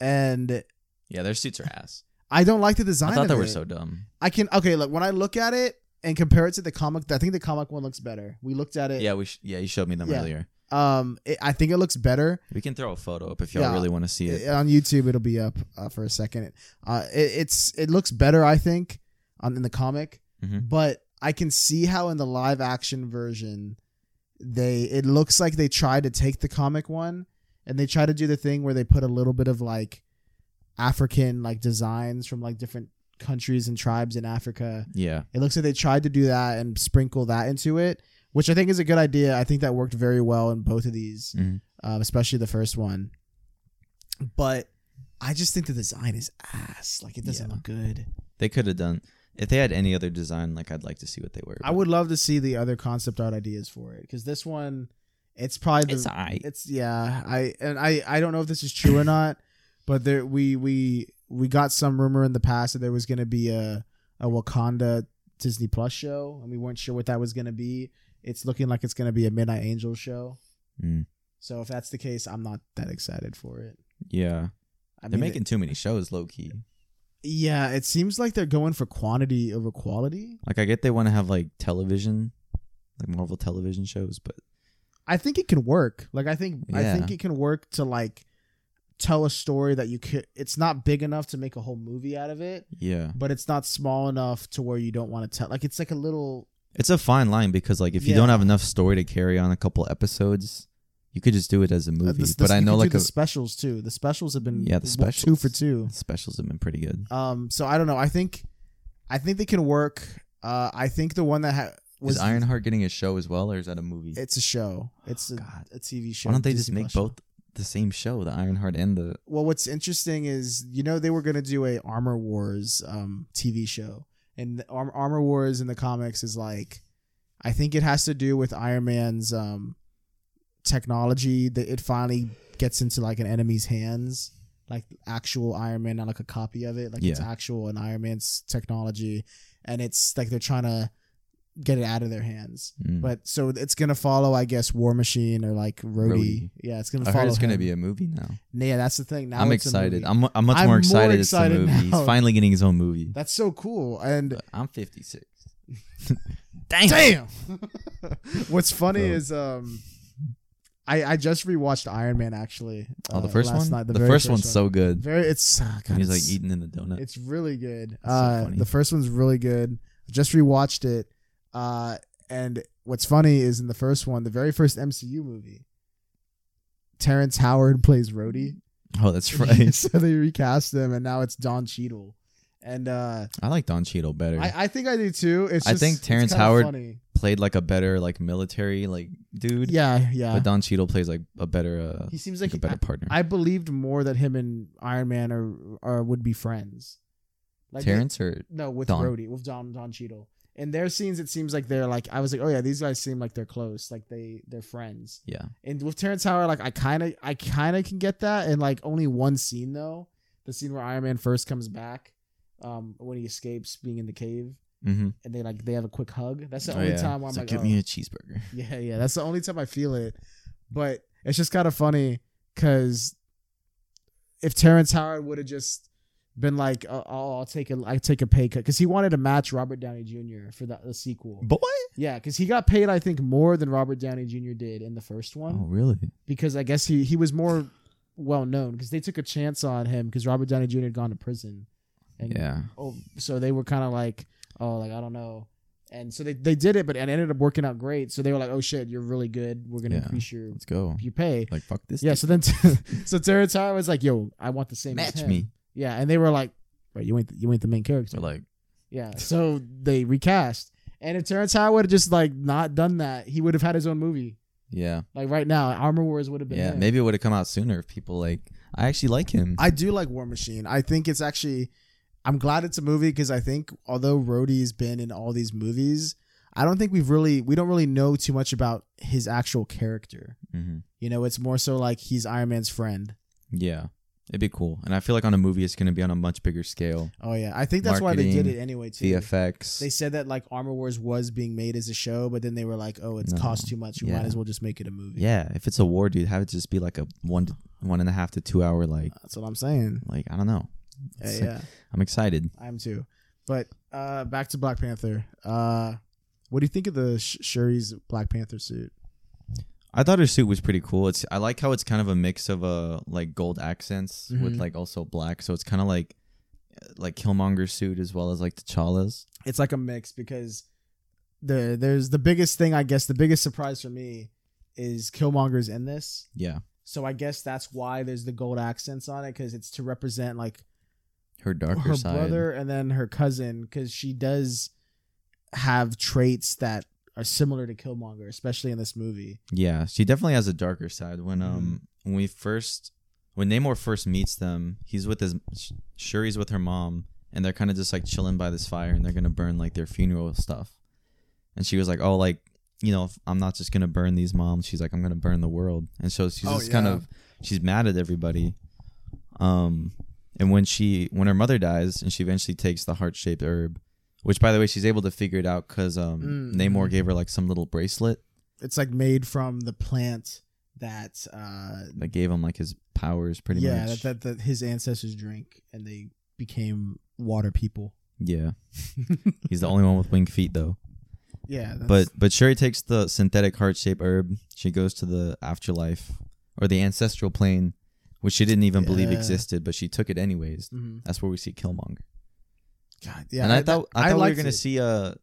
Speaker 2: and
Speaker 1: Yeah, their suits are ass.
Speaker 2: I don't like the design.
Speaker 1: I thought
Speaker 2: of
Speaker 1: they were
Speaker 2: it.
Speaker 1: so dumb.
Speaker 2: I can okay. Look, when I look at it and compare it to the comic, I think the comic one looks better. We looked at it.
Speaker 1: Yeah, we. Sh- yeah, you showed me them
Speaker 2: Yeah.
Speaker 1: earlier.
Speaker 2: Um, it, I think it looks better.
Speaker 1: We can throw a photo up if y'all
Speaker 2: Yeah.
Speaker 1: really want to see it.
Speaker 2: on YouTube it'll be up uh, for a second. Uh, it, it's it looks better, I think, on in the comic,
Speaker 1: Mhm.
Speaker 2: but I can see how in the live action version they it looks like they tried to take the comic one and they try to do the thing where they put a little bit of like African like designs from like different countries and tribes in Africa.
Speaker 1: Yeah.
Speaker 2: It looks like they tried to do that and sprinkle that into it, which I think is a good idea. I think that worked very well in both of these,
Speaker 1: Mhm.
Speaker 2: um, especially the first one. But I just think the design is ass. Like it doesn't
Speaker 1: Yeah.
Speaker 2: look good.
Speaker 1: They could have done if they had any other design. Like I'd like to see what they were.
Speaker 2: I would love to see the other concept art ideas for it because this one, it's probably the
Speaker 1: It's I.
Speaker 2: it's yeah i and i i don't know if this is true or not but there we we we got some rumor in the past that there was going to be a a wakanda disney plus show and we weren't sure what that was going to be it's looking like it's going to be a midnight angel show
Speaker 1: Mm.
Speaker 2: so if that's the case i'm not that excited for it
Speaker 1: Yeah.
Speaker 2: I
Speaker 1: They're
Speaker 2: mean,
Speaker 1: making
Speaker 2: it-
Speaker 1: too many shows, low key.
Speaker 2: yeah it seems like they're going for quantity over quality
Speaker 1: Like I get they want to have like television, like Marvel television shows, but
Speaker 2: i think it can work like i think i
Speaker 1: Yeah.
Speaker 2: think it can work to like tell a story that you could it's not big enough to make a whole movie out of it
Speaker 1: yeah,
Speaker 2: but it's not small enough to where you don't want to tell. Like it's like a little
Speaker 1: it's a fine line because like if you
Speaker 2: Yeah.
Speaker 1: don't have enough story to carry on a couple episodes, you could just do it as a movie.
Speaker 2: uh, this-
Speaker 1: but
Speaker 2: this-
Speaker 1: I
Speaker 2: you
Speaker 1: know
Speaker 2: could do
Speaker 1: like
Speaker 2: the
Speaker 1: a,
Speaker 2: specials too. The specials have been
Speaker 1: Yeah, the
Speaker 2: well, two
Speaker 1: specials.
Speaker 2: for two.
Speaker 1: specials have been pretty good.
Speaker 2: Um, so I don't know. I think, I think they can work. Uh, I think the one that ha- was
Speaker 1: Is Ironheart getting a show as well, or is that a movie?
Speaker 2: It's a show. It's a,
Speaker 1: God.
Speaker 2: a TV show.
Speaker 1: Why don't they just
Speaker 2: Disney
Speaker 1: make
Speaker 2: Plus show.
Speaker 1: both the same show, the Ironheart and the
Speaker 2: Well, what's interesting is you know they were gonna do a Armor Wars um TV show, and the Arm- Armor Wars in the comics is like, I think it has to do with Iron Man's um technology that it finally gets into like an enemy's hands, like actual Iron Man, not like a copy of it, like it's
Speaker 1: Yeah.
Speaker 2: actual an Iron Man's technology, and it's like they're trying to get it out of their hands.
Speaker 1: Mm.
Speaker 2: But so it's gonna follow, I guess, War Machine or like Rhodey.
Speaker 1: Rhodey.
Speaker 2: Yeah, it's gonna
Speaker 1: I
Speaker 2: follow.
Speaker 1: heard it's going to
Speaker 2: him.
Speaker 1: be a movie now.
Speaker 2: Yeah, that's the thing. Now
Speaker 1: I'm
Speaker 2: it's a
Speaker 1: excited.
Speaker 2: movie.
Speaker 1: I'm, I'm much
Speaker 2: I'm more
Speaker 1: more excited. it's a
Speaker 2: excited
Speaker 1: movie. He's
Speaker 2: now.
Speaker 1: finally getting his own movie.
Speaker 2: That's so cool. And
Speaker 1: But I'm 56.
Speaker 2: damn. What's funny
Speaker 1: Bro.
Speaker 2: is um I I just rewatched Iron Man actually.
Speaker 1: Oh, the
Speaker 2: uh,
Speaker 1: first
Speaker 2: last
Speaker 1: one.
Speaker 2: night,
Speaker 1: the
Speaker 2: very
Speaker 1: first, one's so good.
Speaker 2: very it's uh, God,
Speaker 1: He's like
Speaker 2: it's-
Speaker 1: eating in the donut.
Speaker 2: It's really good.
Speaker 1: so
Speaker 2: uh,
Speaker 1: funny.
Speaker 2: the first one's really good. I just rewatched it. Uh, and what's funny is in the first one, the very first MCU movie, Terrence Howard plays Rhodey.
Speaker 1: Oh, that's right.
Speaker 2: so they recast him, and now it's Don Cheadle. And uh,
Speaker 1: I like Don Cheadle better.
Speaker 2: I, I think I do too. It's
Speaker 1: I
Speaker 2: just,
Speaker 1: think
Speaker 2: it's
Speaker 1: Terrence
Speaker 2: kinda
Speaker 1: Howard-
Speaker 2: Funny.
Speaker 1: Played like a better like military like dude.
Speaker 2: Yeah, yeah.
Speaker 1: But Don Cheadle plays like a better uh,
Speaker 2: he seems like,
Speaker 1: like a better partner.
Speaker 2: I, I believed more that him and Iron Man are, are would be friends. Like they-
Speaker 1: Terrence or
Speaker 2: no, with
Speaker 1: Don.
Speaker 2: Rhodey, with Don Don Cheadle. In their scenes, it seems like they're like I was like, oh yeah, these guys seem like they're close, like they they're friends.
Speaker 1: yeah.
Speaker 2: And with Terrence Howard, like I kind of I kind of can get that, and like only one scene though, the scene where Iron Man first comes back, um, when he escapes being in the cave,
Speaker 1: Mm-hmm.
Speaker 2: and they like they have a quick hug. That's the only time where I'm like,
Speaker 1: get
Speaker 2: oh.
Speaker 1: me a cheeseburger.
Speaker 2: Yeah, yeah. That's the only time I feel it. But it's just kind of funny because if Terrence Howard would have just been like, oh, I'll, I'll take a, I take a pay cut because he wanted to match Robert Downey Jr. for the, the sequel.
Speaker 1: Boy.
Speaker 2: Yeah, because he got paid, I think, more than Robert Downey Jr. did in the first one
Speaker 1: Oh really?
Speaker 2: because I guess he he was more well known because they took a chance on him because Robert Downey Jr. had gone to prison. And
Speaker 1: Yeah.
Speaker 2: oh, so they were kind of like, oh, like I don't know, and so they, they did it, but it ended up working out great. So they were like, oh shit, you're really good. We're gonna
Speaker 1: Yeah.
Speaker 2: increase your
Speaker 1: Let's go.
Speaker 2: your pay.
Speaker 1: Like fuck this.
Speaker 2: Yeah. So then, so Terrence Howard was like, yo, I want the same.
Speaker 1: dude.
Speaker 2: as
Speaker 1: match
Speaker 2: him.
Speaker 1: me.
Speaker 2: Yeah, and they were like, right, you ain't the, you ain't the main character.
Speaker 1: They're like
Speaker 2: yeah. So they recast, and if Terrence Howard would have just like not done that, he would have had his own movie.
Speaker 1: yeah,
Speaker 2: Like right now, Armor Wars would have been.
Speaker 1: yeah.
Speaker 2: him.
Speaker 1: Maybe it would have come out sooner if people like. I actually like him.
Speaker 2: I do like War Machine. I think it's actually. I'm glad it's a movie because I think although Rhodey's been in all these movies, I don't think we've really we don't really know too much about his actual character.
Speaker 1: mm-hmm.
Speaker 2: You know, it's more so like he's Iron Man's friend.
Speaker 1: Yeah. It'd be cool, and I feel like on a movie, it's gonna be on a much bigger scale.
Speaker 2: Oh yeah, I think that's why they did
Speaker 1: Marketing,
Speaker 2: it anyway too.
Speaker 1: VFX.
Speaker 2: They said that like Armor Wars was being made as a show, but then they were like, "Oh, it's
Speaker 1: No.
Speaker 2: cost too much. We
Speaker 1: Yeah.
Speaker 2: might as well just make it a movie."
Speaker 1: yeah, if it's a war, dude, have it just be like a one, to, one and a half to two hour, like,
Speaker 2: that's what I'm saying.
Speaker 1: like I don't know.
Speaker 2: Yeah,
Speaker 1: It's-
Speaker 2: yeah,
Speaker 1: I'm excited.
Speaker 2: I'm too. But uh, back to Black Panther. Uh, what do you think of the Sh- Shuri's Black Panther suit?
Speaker 1: I thought her suit was pretty cool. It's I like how it's kind of a mix of uh, like gold accents with
Speaker 2: Mhm.
Speaker 1: like also black, so it's kind of like like Killmonger's suit as well as like T'Challa's.
Speaker 2: It's like a mix because the there's the biggest thing I guess the biggest surprise for me is Killmonger's in this.
Speaker 1: Yeah,
Speaker 2: So I guess that's why there's the gold accents on it because it's to represent like
Speaker 1: her darker
Speaker 2: her
Speaker 1: side.
Speaker 2: brother and then her cousin because she does have traits that are similar to Killmonger, especially in this movie.
Speaker 1: Yeah, she definitely has a darker side. When
Speaker 2: Mm-hmm.
Speaker 1: um when we first when Namor first meets them, he's with his Sh- Shuri's with her mom, and they're kind of just like chilling by this fire, and they're gonna burn like their funeral stuff. And she was like, "Oh, like you know, if I'm not just gonna burn these moms." She's like, "I'm gonna burn the world," and so she's
Speaker 2: Oh,
Speaker 1: just kind
Speaker 2: yeah.
Speaker 1: of she's mad at everybody. Um, and when she when her mother dies, and she eventually takes the heart shaped herb, which by the way, she's able to figure it out because um
Speaker 2: Mm.
Speaker 1: Namor gave her like some little bracelet.
Speaker 2: It's like made from the plant that, uh,
Speaker 1: that gave him like his powers pretty
Speaker 2: yeah,
Speaker 1: much.
Speaker 2: that, that that his ancestors drank and they became water people.
Speaker 1: yeah. He's the only one with winged feet though.
Speaker 2: Yeah, that's,
Speaker 1: But but Shuri takes the synthetic heart shaped herb. She goes to the afterlife or the ancestral plane, which she didn't even believe
Speaker 2: Yeah.
Speaker 1: existed, but she took it anyways.
Speaker 2: Mhm.
Speaker 1: That's where we see Killmonger.
Speaker 2: God, yeah,
Speaker 1: and I, thought I thought we were
Speaker 2: liked
Speaker 1: gonna
Speaker 2: it.
Speaker 1: see uh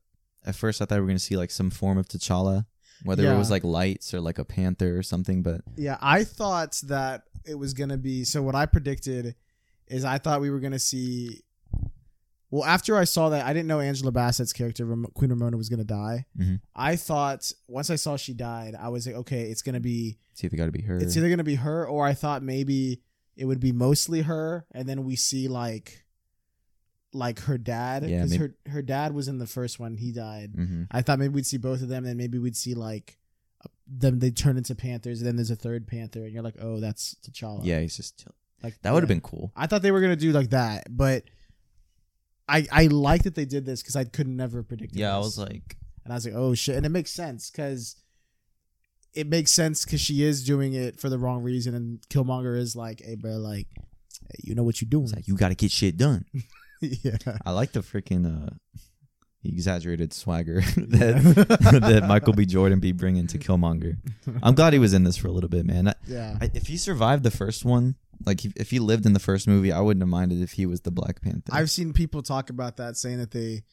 Speaker 1: at first I thought we were gonna see like some form of T'Challa, whether it
Speaker 2: Yeah.
Speaker 1: was like lights or like a panther or something, but
Speaker 2: Yeah, I thought that it was gonna be. So what I predicted is I thought we were gonna see. Well, after I saw that, I didn't know Angela Bassett's character Ram- Queen Ramona was gonna die.
Speaker 1: Mhm.
Speaker 2: I thought once I saw she died, I was like, okay, it's gonna be.
Speaker 1: it's either gotta be her.
Speaker 2: It's either gonna be her, or I thought maybe it would be mostly her, and then we see like, like her dad,
Speaker 1: Yeah,
Speaker 2: because
Speaker 1: maybe-
Speaker 2: her her dad was in the first one. He died.
Speaker 1: hmm
Speaker 2: I thought maybe we'd see both of them, then maybe we'd see like them they turn into panthers, and then there's a third panther, and you're like, oh, that's T'Challa.
Speaker 1: Yeah, he's just
Speaker 2: like
Speaker 1: that would have
Speaker 2: yeah.
Speaker 1: been cool.
Speaker 2: I thought they were gonna do like that, but I I like that they did this because I could never predict.
Speaker 1: Yeah, I
Speaker 2: this.
Speaker 1: was like
Speaker 2: and I was like, oh shit, and it makes sense because it makes sense because she is doing it for the wrong reason, and Killmonger is like, hey, bro, like you know what you're doing.
Speaker 1: it's like you gotta get shit done.
Speaker 2: yeah.
Speaker 1: I like the freaking uh, exaggerated swagger that that Michael B. Jordan be bringing to Killmonger. I'm glad he was in this for a little bit, man. I,
Speaker 2: Yeah.
Speaker 1: I, if he survived the first one, like if- if he lived in the first movie, I wouldn't have minded if he was the Black Panther.
Speaker 2: I've seen people talk about that, saying that they.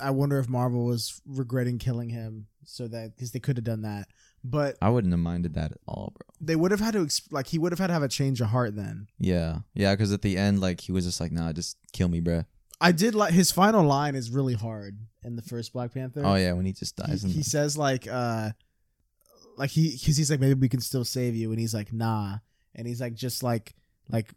Speaker 2: I wonder if Marvel was regretting killing him, so that because they could have done that, but
Speaker 1: I wouldn't have minded that at all, bro.
Speaker 2: they would have had to exp- like he would have had to have a change of heart. Then
Speaker 1: Yeah, yeah, because at the end, like he was just like, "Nah, just kill me, bruh.
Speaker 2: I did like his final line is really hard in the first Black Panther.
Speaker 1: Oh yeah, when he just dies.
Speaker 2: he,
Speaker 1: in
Speaker 2: he
Speaker 1: the-
Speaker 2: says like uh, like he because he's like maybe we can still save you, and he's like nah, and he's like just like like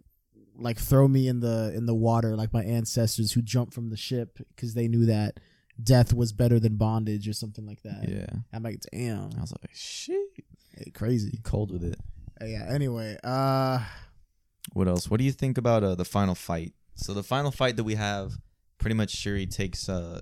Speaker 2: like throw me in the in the water like my ancestors who jumped from the ship because they knew that death was better than bondage or something like that.
Speaker 1: yeah, Oh.
Speaker 2: I'm like, damn,
Speaker 1: I was like, "Shit,
Speaker 2: hey, crazy.
Speaker 1: cold with it."
Speaker 2: Yeah. Anyway, uh,
Speaker 1: What else? What do you think about uh, the final fight? So the final fight that we have, pretty much Shuri takes. Uh,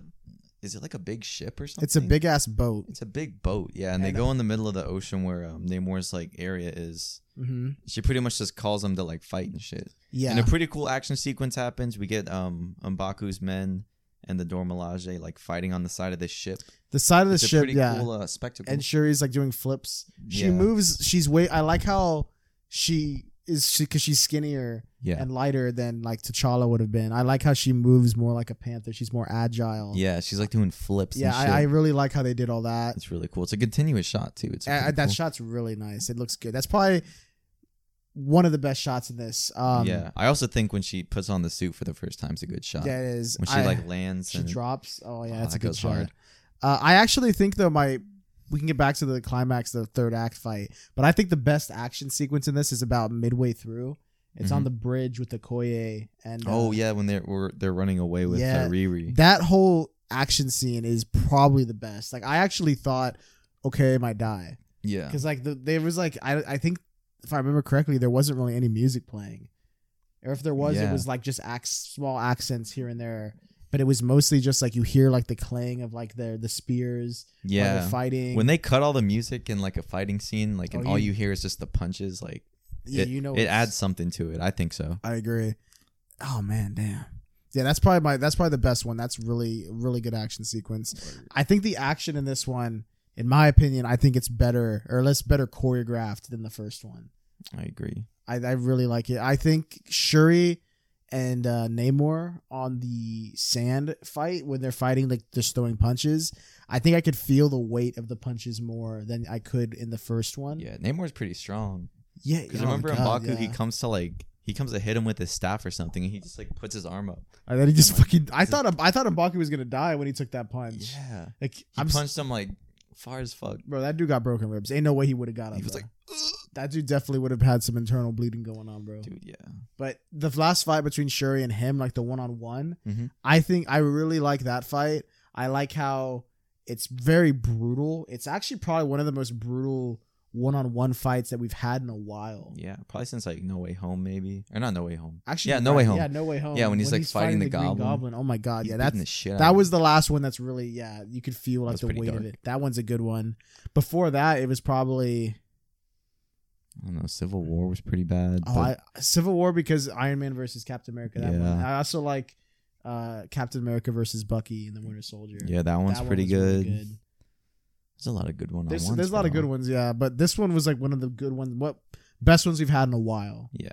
Speaker 1: is it like a big ship or something?
Speaker 2: it's a big ass boat.
Speaker 1: It's a big boat, yeah. And,
Speaker 2: And,
Speaker 1: they go in the middle of the ocean where um, Namor's like area is.
Speaker 2: Mm-hmm.
Speaker 1: She pretty much just calls them to like fight and shit. And
Speaker 2: Yeah.
Speaker 1: a pretty cool action sequence happens. We get um Mbaku's men and the Dormelage like fighting on the side of this ship.
Speaker 2: The side of the
Speaker 1: it's a
Speaker 2: ship.
Speaker 1: pretty
Speaker 2: Yeah.
Speaker 1: cool uh, spectacle.
Speaker 2: and Shuri's like doing flips. She
Speaker 1: Yeah.
Speaker 2: moves. She's way. I like how she is she because she's skinnier
Speaker 1: yeah,
Speaker 2: and lighter than like T'Challa would have been. I like how she moves more like a panther. She's more agile.
Speaker 1: yeah. She's like doing flips.
Speaker 2: Yeah.
Speaker 1: Yeah, and shit.
Speaker 2: I, I really like how they did all that.
Speaker 1: it's really cool. It's a continuous shot too. It's
Speaker 2: Uh,
Speaker 1: pretty
Speaker 2: that
Speaker 1: cool.
Speaker 2: shot's really nice. It looks good. That's probably one of the best shots in this. Um,
Speaker 1: yeah, I also think when she puts on the suit for the first time, it's a good shot.
Speaker 2: Yeah, it is.
Speaker 1: when she
Speaker 2: I-
Speaker 1: like lands
Speaker 2: She
Speaker 1: and
Speaker 2: drops. Oh yeah,
Speaker 1: Oh,
Speaker 2: that's
Speaker 1: that
Speaker 2: a good
Speaker 1: goes
Speaker 2: shot.
Speaker 1: hard.
Speaker 2: Uh, I actually think though my we can get back to the climax, the third act fight, but I think the best action sequence in this is about midway through. It's on
Speaker 1: Mhm.
Speaker 2: the bridge with the Koye and uh,
Speaker 1: oh yeah, when they're were- they're running away with
Speaker 2: Yeah,
Speaker 1: uh, Riri.
Speaker 2: that whole action scene is probably the best. Like I actually thought, okay, I might die
Speaker 1: yeah,
Speaker 2: because like the, there was like I I think if I remember correctly, there wasn't really any music playing. or if there was, it
Speaker 1: Yeah.
Speaker 2: was like just ac- small accents here and there. But it was mostly just like you hear like the clang of like their the spears, while they're
Speaker 1: Yeah.
Speaker 2: fighting.
Speaker 1: When they cut all the music in like a fighting scene, like and
Speaker 2: Oh,
Speaker 1: all
Speaker 2: you-
Speaker 1: you hear is just the punches, like
Speaker 2: yeah,
Speaker 1: it,
Speaker 2: you know
Speaker 1: it
Speaker 2: it's-
Speaker 1: adds something to it. I think so.
Speaker 2: I agree. Oh man, damn. Yeah, that's probably my that's probably the best one. That's really really good action sequence. I think the action in this one, in my opinion, I think it's better or less better choreographed than the first one.
Speaker 1: I agree.
Speaker 2: I, I really like it. I think Shuri and uh, Namor on the sand fight when they're fighting, like just throwing punches. I think I could feel the weight of the punches more than I could in the first one.
Speaker 1: Yeah, Namor's pretty strong.
Speaker 2: yeah.
Speaker 1: Because
Speaker 2: oh my
Speaker 1: remember in
Speaker 2: God,
Speaker 1: Baku, he
Speaker 2: yeah.
Speaker 1: comes to like he comes to hit him with his staff or something, and he just like puts his arm up.
Speaker 2: and then he just
Speaker 1: Oh my-
Speaker 2: fucking. I thought I thought Mbaku was gonna die when he took that punch.
Speaker 1: Yeah,
Speaker 2: Like
Speaker 1: he
Speaker 2: I'm s-
Speaker 1: punched him like far as fuck.
Speaker 2: bro, that dude got broken ribs. Ain't no way he would have got up.
Speaker 1: He was
Speaker 2: bro.
Speaker 1: like, "Ugh."
Speaker 2: that dude definitely would have had some internal bleeding going on, bro.
Speaker 1: dude, yeah,
Speaker 2: But the last fight between Shuri and him, like the one on one,
Speaker 1: Mhm.
Speaker 2: I think I really like that fight. I like how it's very brutal. It's actually probably one of the most brutal one on one fights that we've had in a while.
Speaker 1: yeah, probably since like No Way Home, maybe or not No Way Home.
Speaker 2: Actually,
Speaker 1: Yeah,
Speaker 2: you're
Speaker 1: No Way
Speaker 2: right.
Speaker 1: Home.
Speaker 2: Yeah, no way home.
Speaker 1: Yeah, when he's, like, fighting the
Speaker 2: Green
Speaker 1: Goblin.
Speaker 2: Oh my god,
Speaker 1: He's
Speaker 2: yeah,
Speaker 1: beating
Speaker 2: that's
Speaker 1: the shit. out
Speaker 2: that
Speaker 1: of
Speaker 2: was the last one that's really yeah you could feel like
Speaker 1: That's
Speaker 2: the
Speaker 1: pretty
Speaker 2: weight of
Speaker 1: dark.
Speaker 2: it. That one's a good one. Before that, it was probably
Speaker 1: him. I don't know. Civil War was pretty bad.
Speaker 2: Oh,
Speaker 1: but-
Speaker 2: I, Civil War because Iron Man versus Captain America. That one.
Speaker 1: Yeah.
Speaker 2: I also like uh, Captain America versus Bucky and the Winter Soldier.
Speaker 1: yeah, that one's
Speaker 2: That
Speaker 1: pretty
Speaker 2: one was really
Speaker 1: good. There's a lot of good one
Speaker 2: There's,
Speaker 1: on ones.
Speaker 2: there's a lot of
Speaker 1: bro.
Speaker 2: good ones, yeah, but this one was like one of the good ones. What best ones we've had in a while.
Speaker 1: Yeah.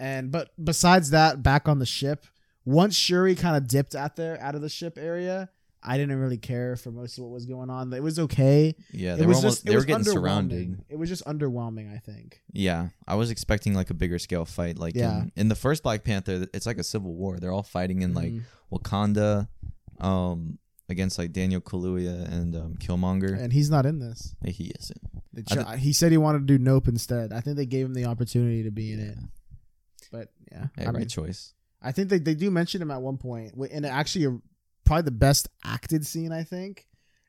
Speaker 2: And but besides that, back on the ship, once Shuri kind of dipped out there out of the ship area, I didn't really care for most of what was going on. It was okay.
Speaker 1: Yeah,
Speaker 2: It
Speaker 1: they were
Speaker 2: was
Speaker 1: almost
Speaker 2: just it
Speaker 1: they were
Speaker 2: was
Speaker 1: getting
Speaker 2: underwhelming.
Speaker 1: surrounded.
Speaker 2: It was just underwhelming, I think.
Speaker 1: Yeah, I was expecting like a bigger scale fight. Like
Speaker 2: Yeah.
Speaker 1: in, in the first Black Panther, it's like a civil war. They're all fighting in like
Speaker 2: Mhm.
Speaker 1: Wakanda, um, against like Daniel Kaluuya and um, Killmonger.
Speaker 2: and he's not in this.
Speaker 1: Like, he isn't.
Speaker 2: They
Speaker 1: I
Speaker 2: tr- he said he wanted to do Nope instead. I think they gave him the opportunity to be in it, but yeah,
Speaker 1: Hey,
Speaker 2: I,
Speaker 1: right
Speaker 2: mean,
Speaker 1: choice.
Speaker 2: I think they, they do mention him at one point, wi- and actually, a, probably the best acted scene I think